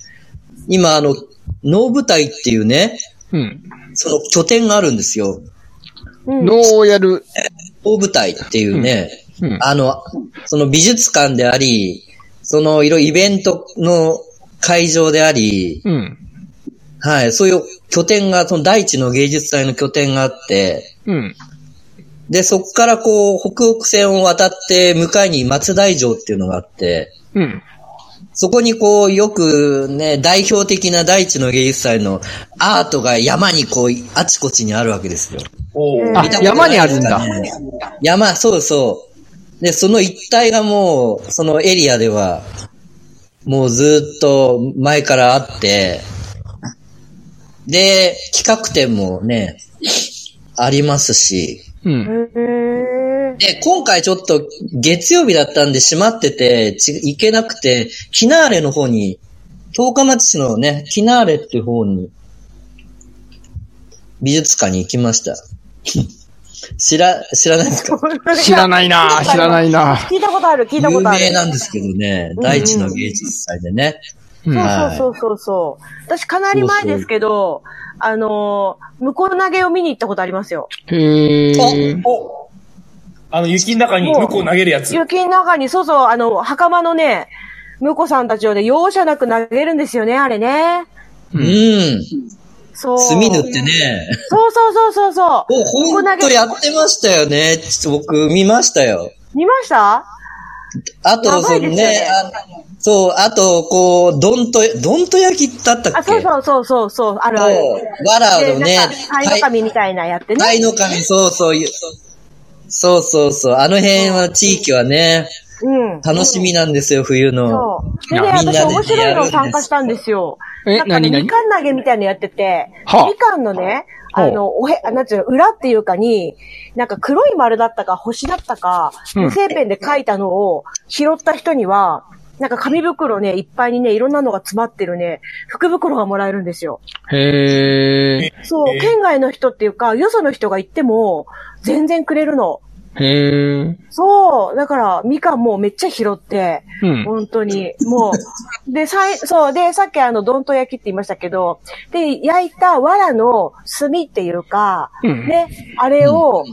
[SPEAKER 4] 今あの、能舞台っていうね、
[SPEAKER 1] うん。
[SPEAKER 4] その拠点があるんですよ。
[SPEAKER 2] うん。
[SPEAKER 1] 能をやる。
[SPEAKER 4] 能舞台っていうね、
[SPEAKER 1] うん。
[SPEAKER 4] あの、その美術館であり、そのいろイベントの会場であり、
[SPEAKER 1] うん。
[SPEAKER 4] はい、そういう拠点が、その大地の芸術祭の拠点があって、
[SPEAKER 1] うん。
[SPEAKER 4] で、そこからこう、北北線を渡って、向かいに松大城っていうのがあって、
[SPEAKER 1] うん。
[SPEAKER 4] そこにこう、よくね、代表的な大地の芸術祭のアートが山にこう、あちこちにあるわけですよ。
[SPEAKER 3] おー
[SPEAKER 1] あ
[SPEAKER 4] 見た、こと
[SPEAKER 1] 山
[SPEAKER 4] ない
[SPEAKER 1] にあるんだ。
[SPEAKER 4] ですかね山、そうそう。で、その一帯がもう、そのエリアでは、もうずっと前からあって、で、企画展もね、ありますし、
[SPEAKER 1] うん。
[SPEAKER 2] へえ。
[SPEAKER 4] で、今回ちょっと月曜日だったんで閉まってて、ち行けなくて、キナーレの方に、十日町市のね、キナーレっていう方に、美術館に行きました。 知ら、知らないですか
[SPEAKER 1] 知らないなぁ知らないなぁ
[SPEAKER 2] 聞いたことある、聞いた
[SPEAKER 4] 有
[SPEAKER 2] ことある。
[SPEAKER 4] 名なんですけどね、大地の芸術祭でね。
[SPEAKER 1] うん
[SPEAKER 4] はい
[SPEAKER 2] そうそうそうそう。私かなり前ですけど、あのー、向こう投げを見に行ったことありますよ。
[SPEAKER 1] へえ。
[SPEAKER 3] おあの、雪の中に向こう投げるやつ。
[SPEAKER 2] 雪の中に、そうそう、あの、袴のね、向こうさんたちをね、容赦なく投げるんですよね、あれね。
[SPEAKER 4] う
[SPEAKER 1] うん
[SPEAKER 4] ん。
[SPEAKER 2] そう。
[SPEAKER 4] 墨塗ってね。
[SPEAKER 2] そうそうそうそうそ
[SPEAKER 4] もう本当やってましたよね。ちょっと僕見ましたよ。
[SPEAKER 2] う。見ました
[SPEAKER 4] あと、そ
[SPEAKER 2] 長
[SPEAKER 4] の
[SPEAKER 2] いですよね
[SPEAKER 4] ね、あそう、あと、こう、どんと、どんと焼きだったっけ
[SPEAKER 2] あ、そうそうそうそうそう、あるある。
[SPEAKER 4] そうわらをね
[SPEAKER 2] でなんか、タイの
[SPEAKER 4] はい
[SPEAKER 2] 神みたいなやってね。
[SPEAKER 4] タイの神、そうそう、そうそうそう。あの辺は地域はね、
[SPEAKER 2] うん。
[SPEAKER 4] 楽しみなんですよ、冬の。
[SPEAKER 2] そう。それ
[SPEAKER 1] い
[SPEAKER 2] で、
[SPEAKER 1] や
[SPEAKER 4] みんな
[SPEAKER 2] 私
[SPEAKER 4] で
[SPEAKER 2] 面白いの参加したんですよ。
[SPEAKER 1] え
[SPEAKER 2] なんか
[SPEAKER 1] 何
[SPEAKER 2] ね
[SPEAKER 1] 々
[SPEAKER 2] みかん投げみたいなのやってて、
[SPEAKER 1] はあ
[SPEAKER 2] みかんのね、あの、おへ、あなんていうの、裏っていうかに、なんか黒い丸だったか星だったか、
[SPEAKER 1] うん
[SPEAKER 2] 油性ペンで書いたのを拾った人には、なんか紙袋ね、いっぱいにね、いろんなのが詰まってるね、福袋がもらえるんですよ。
[SPEAKER 1] へ
[SPEAKER 2] そう、
[SPEAKER 3] えー
[SPEAKER 2] 県外の人っていうか、よその人が行っても、全然くれるの。
[SPEAKER 1] ー。へー。
[SPEAKER 2] そう、だから、みかんもうめっちゃ拾って、
[SPEAKER 1] うん。
[SPEAKER 2] 本当に。もう。で、さい、そう。で、さっきあの、どんと焼きって言いましたけど、で、焼いた藁の炭っていうか、
[SPEAKER 1] うん
[SPEAKER 2] ね、あれを、も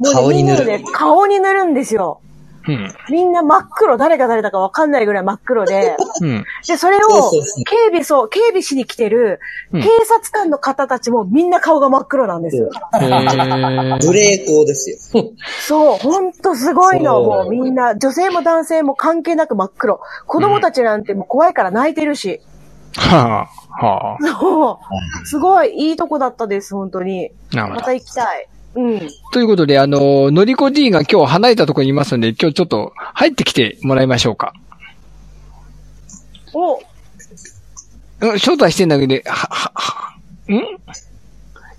[SPEAKER 2] うね
[SPEAKER 4] 顔に塗る
[SPEAKER 2] みんなで顔に塗るんですよ。
[SPEAKER 1] うん。
[SPEAKER 2] みんな真っ黒、誰が誰だかわかんないぐらい真っ黒で、
[SPEAKER 1] うん。
[SPEAKER 2] で、それを
[SPEAKER 4] そうそうそう、
[SPEAKER 2] 警備、そう、警備しに来てる、
[SPEAKER 1] う
[SPEAKER 2] 警
[SPEAKER 1] ん
[SPEAKER 2] 察官の方たちもみんな顔が真っ黒なんですよ。
[SPEAKER 1] へー。
[SPEAKER 4] ブレーコーですよ。
[SPEAKER 2] そう、ほんとすごいの、
[SPEAKER 4] そう
[SPEAKER 2] もうみんな、女性も男性も関係なく真っ黒。子供たちなんてもう怖いから泣いてるし。
[SPEAKER 1] はあ。は
[SPEAKER 2] そう。すごい、いいとこだったです、本当に。
[SPEAKER 1] あ。なる
[SPEAKER 2] ま
[SPEAKER 1] ほど
[SPEAKER 2] た。行きたい。うん。
[SPEAKER 1] ということで、あの、のりこ D が今日離れたところにいますので、今日ちょっと入ってきてもらいましょうか。
[SPEAKER 2] お、
[SPEAKER 1] うん、招待してんだけど、は、は、は、ん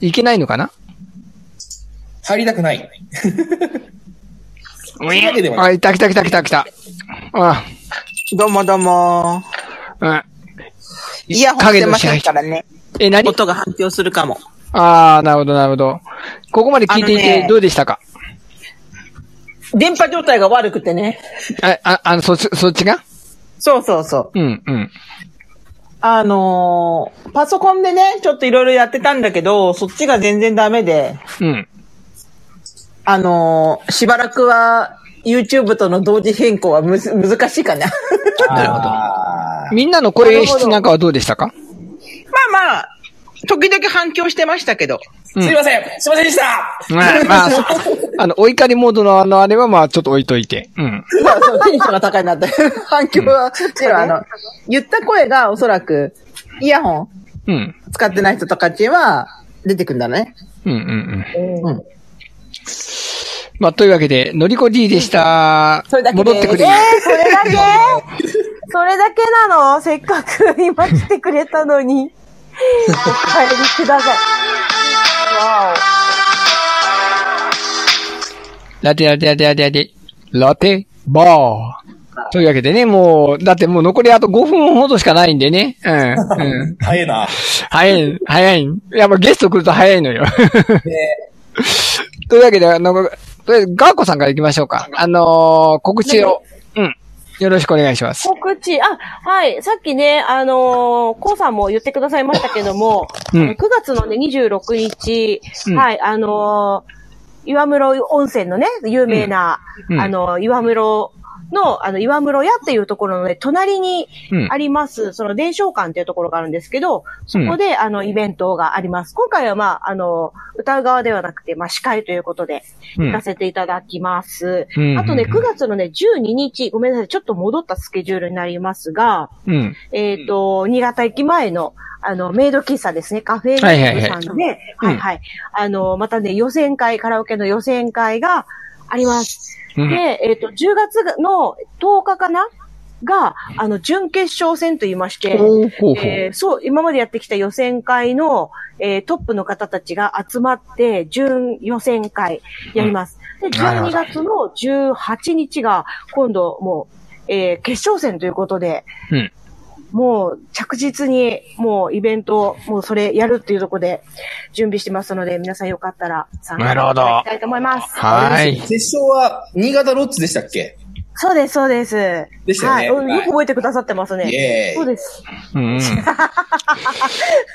[SPEAKER 1] いけないのかな
[SPEAKER 3] 入りたくない。
[SPEAKER 1] う
[SPEAKER 3] いうわけではない
[SPEAKER 1] あ、来た来た来た来た来た。あ、
[SPEAKER 7] どうもどうも。
[SPEAKER 1] うん。
[SPEAKER 7] イヤホンしてませんからね。
[SPEAKER 1] え、何
[SPEAKER 7] 音が反響するかも。
[SPEAKER 1] ああ、なるほど、なるほど。ここまで聞いてい
[SPEAKER 7] あの
[SPEAKER 1] て
[SPEAKER 7] ね
[SPEAKER 1] どうでしたか
[SPEAKER 7] 電波状態が悪くてね。
[SPEAKER 1] あ,、あ、あの、そっち、そっちが
[SPEAKER 7] そうそうそう。
[SPEAKER 1] うん、うん。
[SPEAKER 7] あのー、パソコンでね、ちょっといろいろやってたんだけど、そっちが全然ダメで、
[SPEAKER 1] うん。
[SPEAKER 7] あのー、しばらくは YouTube との同時変更はむず難しいかな。
[SPEAKER 3] なるほど。
[SPEAKER 1] みんなの声質なんかはどうでしたか
[SPEAKER 7] まあまあ、時々反響してましたけど。
[SPEAKER 1] うん
[SPEAKER 3] すいませんすいませんでした
[SPEAKER 1] うん、まあ、そあの、お怒りモードのあの、あれはまあ、ちょっと置いといて。うん。
[SPEAKER 7] まあ、そのテンションが高いなって。反響は、ではあの、言った声がおそらく、イヤホン
[SPEAKER 1] うん。
[SPEAKER 7] 使ってない人とかっていうのは、出てくんだね。
[SPEAKER 1] うん、うん、うん。
[SPEAKER 7] うん。
[SPEAKER 1] まあ、というわけで、のりこ D でした。
[SPEAKER 7] それだけです
[SPEAKER 1] 戻ってく
[SPEAKER 2] え
[SPEAKER 1] る
[SPEAKER 2] ー、。それだけ それだけなのせっかく今来てくれたのに。お帰りください。わ
[SPEAKER 1] ラテラテラテラテラテ、ラテ、バー。というわけでね、もう、だってもう残りあと5分ほどしかないんでね。うん、うん。
[SPEAKER 3] 早いな。
[SPEAKER 1] 早い、早い。いや、まあゲスト来ると早いのよ。というわけで、あの、とりあえず、ガーコさんから行きましょうか。あのー告知を。うん。よろしくお願いします
[SPEAKER 2] お。告知、あ、はい、さっきね、あのー、コウさんも言ってくださいましたけども、
[SPEAKER 1] うん
[SPEAKER 2] 9月のね、26日、
[SPEAKER 1] うん
[SPEAKER 2] はい、あのー、岩室温泉のね、有名な、
[SPEAKER 1] うんうん
[SPEAKER 2] あのー、岩室の、あの、岩室屋っていうところのね、隣に
[SPEAKER 1] うん
[SPEAKER 2] あります、その伝承館っていうところがあるんですけど、そこで、あの、イベントがあります。今回は、まあ、あの、歌う側ではなくて、まあ、司会ということで、
[SPEAKER 1] う
[SPEAKER 2] 行
[SPEAKER 1] ん
[SPEAKER 2] か。せていただきます。
[SPEAKER 1] うん
[SPEAKER 2] あとね、9月のね、12日、ごめんなさい、ちょっと戻ったスケジュールになりますが、
[SPEAKER 1] うん。
[SPEAKER 2] えっ、と、新潟駅前の、あの、メイド喫茶ですね、カフェメイドさんで、は
[SPEAKER 1] いは
[SPEAKER 2] い
[SPEAKER 1] い
[SPEAKER 2] はい、あの、またね、予選会、カラオケの予選会があります。
[SPEAKER 1] うん
[SPEAKER 2] で、えっ、と、10月の10日かなが、あの、準決勝戦と言いまして、
[SPEAKER 1] ほうほうほう。
[SPEAKER 2] えーそう、今までやってきた予選会の、えートップの方たちが集まって、準予選会やります。で、
[SPEAKER 1] なるほ
[SPEAKER 2] 12
[SPEAKER 1] ど
[SPEAKER 2] 月の18日が、今度もう、えー決勝戦ということで、
[SPEAKER 1] うん
[SPEAKER 2] もう着実に、もうイベント、もうそれやるっていうところで準備してますので、皆さんよかったら参加していただきたいと思います。
[SPEAKER 1] はーい。
[SPEAKER 3] 決勝は、新潟ロッツでしたっけ
[SPEAKER 2] そうです、そうです。
[SPEAKER 3] でしたよね
[SPEAKER 2] はいうん。よく覚えてくださってます
[SPEAKER 3] イ
[SPEAKER 2] ね。
[SPEAKER 3] エ
[SPEAKER 2] そう
[SPEAKER 3] ーイ。
[SPEAKER 2] です。
[SPEAKER 1] うんうん。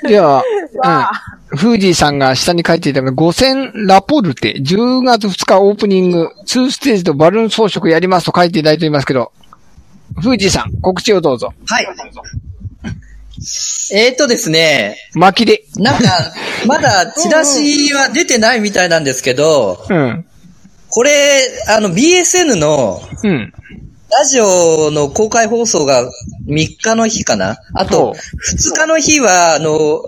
[SPEAKER 1] では、
[SPEAKER 2] わあ
[SPEAKER 1] うん。フージーさんが下に書いていたのが、5000ラポルテ、10月2日オープニング、2ステージとバルーン装飾やりますと書いていただいておりますけど、フージーさん、告知をどうぞ。
[SPEAKER 4] はい。えーとですね、
[SPEAKER 1] 巻きで。
[SPEAKER 4] なんか、まだチラシは出てないみたいなんですけど、
[SPEAKER 1] うん。
[SPEAKER 4] これ、あの、BSN の
[SPEAKER 1] うん。
[SPEAKER 4] ラジオの公開放送が3日の日かな
[SPEAKER 1] ほ
[SPEAKER 4] あ
[SPEAKER 1] う
[SPEAKER 4] と、2日の日は、あの、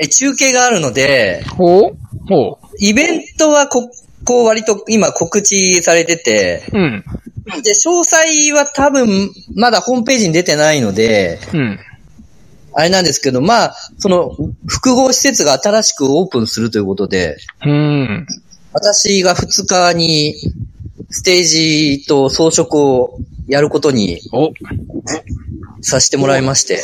[SPEAKER 4] え中継があるので、
[SPEAKER 1] ほうほ
[SPEAKER 4] イベントはこ、こう割と今告知されてて、
[SPEAKER 1] うん。
[SPEAKER 4] で、詳細は多分まだホームページに出てないので、
[SPEAKER 1] うん。
[SPEAKER 4] あれなんですけど、まあ、その複合施設が新しくオープンするということで、
[SPEAKER 1] うん。
[SPEAKER 4] 私が2日にステージと装飾をやることに
[SPEAKER 1] お。
[SPEAKER 4] させてもらいまして、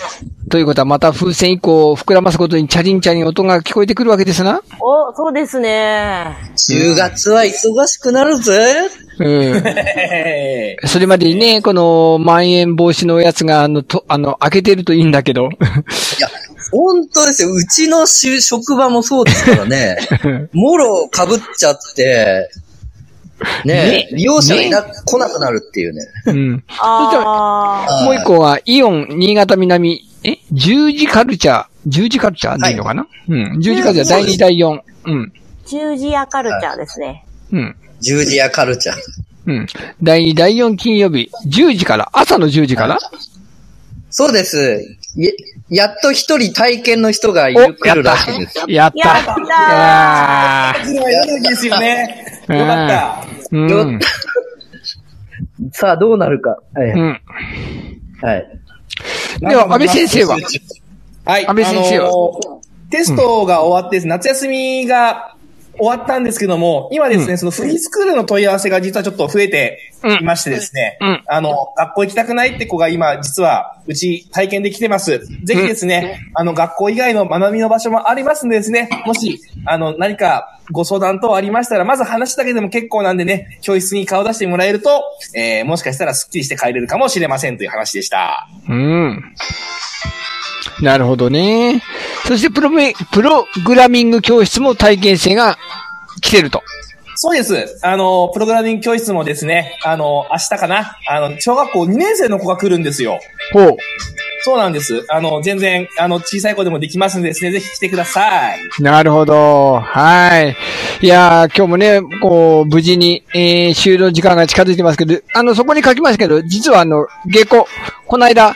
[SPEAKER 1] ということはまた風船以降膨らますことにチャリンチャリン音が聞こえてくるわけですな。
[SPEAKER 2] お、そうですね。
[SPEAKER 4] 10月は忙しくなるぜ。
[SPEAKER 1] うん。
[SPEAKER 3] え
[SPEAKER 1] それまでにね、この、まん延防止のやつが、あの、と、あの、開けてるといいんだけど。
[SPEAKER 4] いや、本当ですよ。うちの就職場もそうですか らね。もろ被っちゃって、ね
[SPEAKER 1] ね
[SPEAKER 4] 利用者がいな、来なくなるっていうね。
[SPEAKER 1] うん。
[SPEAKER 2] ああ。
[SPEAKER 1] もう一個は、イオン、新潟南、え十字カルチャー。十字カルチャーでいいのかな、うん。十字カルチャー第2、第4。うん。
[SPEAKER 2] 十字アカルチャーですね。
[SPEAKER 1] うん。
[SPEAKER 4] 十字やカルチャー。
[SPEAKER 1] うん。第2、第4金曜日、10時から、朝の10時から、
[SPEAKER 4] そうです。や、やっと一人体験の人がいる、
[SPEAKER 1] おや
[SPEAKER 4] 来
[SPEAKER 1] った
[SPEAKER 4] るらしいです。
[SPEAKER 1] やっ
[SPEAKER 2] やったたー
[SPEAKER 1] あ
[SPEAKER 3] ー。エネルギーですよね。
[SPEAKER 1] うん
[SPEAKER 3] よかった。
[SPEAKER 1] ーうん。
[SPEAKER 4] さあ、どうなるか。は
[SPEAKER 1] う
[SPEAKER 4] い。
[SPEAKER 1] ん。
[SPEAKER 4] はい。
[SPEAKER 1] では、安倍先生は、
[SPEAKER 3] はい。
[SPEAKER 1] 安倍先生は
[SPEAKER 3] あのーテストが終わってです、夏休みが終わったんですけども、今ですね、そのフリースクールの問い合わせが実はちょっと増えていましてですね、
[SPEAKER 1] うんうん
[SPEAKER 3] あの、学校行きたくないって子が今、実は、うち体験できてます。ぜひですね、あの、学校以外の学びの場所もありますんでですね、もし、あの、何かご相談等ありましたら、まず話だけでも結構なんでね、教室に顔出してもらえると、えー、もしかしたらスッキリして帰れるかもしれませんという話でした。
[SPEAKER 1] うん。なるほどね。そしてプロメ、プログラミング教室も体験生が来てると。
[SPEAKER 3] そうです。あの、プログラミング教室もですね、あの、明日かな、あの、小学校2年生の子が来るんですよ。
[SPEAKER 1] ほう。
[SPEAKER 3] そうなんです。あの、全然、あの、小さい子でもできますんでですね、ぜひ来てください。
[SPEAKER 1] なるほど。はい。いやー、今日もね、こう、無事に、えー、終了時間が近づいてますけど、あの、そこに書きましたけど、実はあの、下校、この間、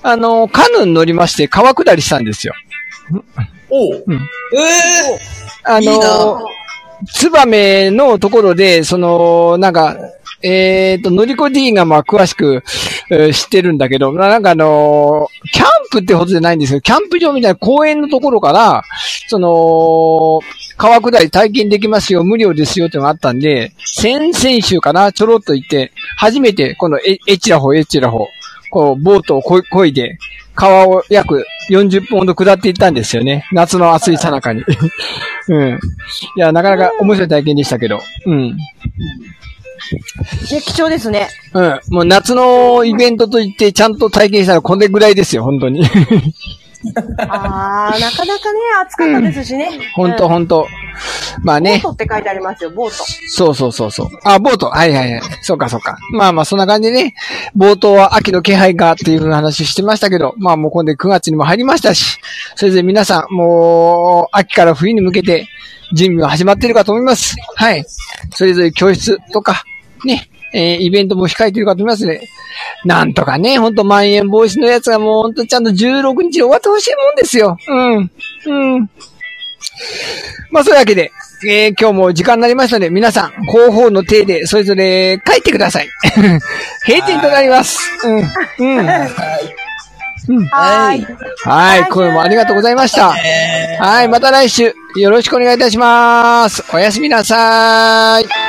[SPEAKER 1] あの、カヌーに乗りまして川下りしたんですよ。
[SPEAKER 3] おう。
[SPEAKER 4] えー
[SPEAKER 1] あ
[SPEAKER 4] いい
[SPEAKER 1] の
[SPEAKER 4] な、
[SPEAKER 1] ツバメのところで、その、なんか、えっ、と、のりこ D がまあ詳しく、えー知ってるんだけど、まあなんかあのーキャンプってほどじゃないんですけど、キャンプ場みたいな公園のところから、その、川下り体験できますよ、無料ですよってのがあったんで、先々週かな、ちょろっと行って、初めて、このエエッチラホ、エッチラホ、こう、ボートをこい漕いで、川を約40分ほど下っていったんですよね。夏の暑いさなかに。うん。いや、なかなか面白い体験でしたけど。うん。
[SPEAKER 2] ね、貴重です ね。
[SPEAKER 1] うん。もう夏のイベントといって、ちゃんと体験したのはこれぐらいですよ、本 当に。
[SPEAKER 2] ああ、なかなかね、暑かったですしね。
[SPEAKER 1] 本当
[SPEAKER 2] うん
[SPEAKER 1] 本当まあ
[SPEAKER 2] ボー
[SPEAKER 1] ね
[SPEAKER 2] ト。って書いてありますよ、ボート。
[SPEAKER 1] そうそうそうそう。あ、ボート。はいはいはい。そうかそうか。まあまあ、そんな感じでね。冒頭は秋の気配がっていう話してましたけど、まあもう今度9月にも入りましたし、それぞれ皆さん、もう、秋から冬に向けて、準備は始まっているかと思います。はい。それぞれ教室とか、ね、えーイベントも控えているかと思いますね。なんとかね、ほんと、まん延防止のやつがもうほんとちゃんと16日終わってほしいもんですよ。うん。うん。まあ、そういうわけで、えー今日も時間になりましたので、皆さん、方法の手で、それぞれ書いてください。 閉店となります。うん。うん。
[SPEAKER 2] はーい。
[SPEAKER 1] はい、今夜もありがとうございました。はい、また来週、よろしくお願いいたします。おやすみなさーい。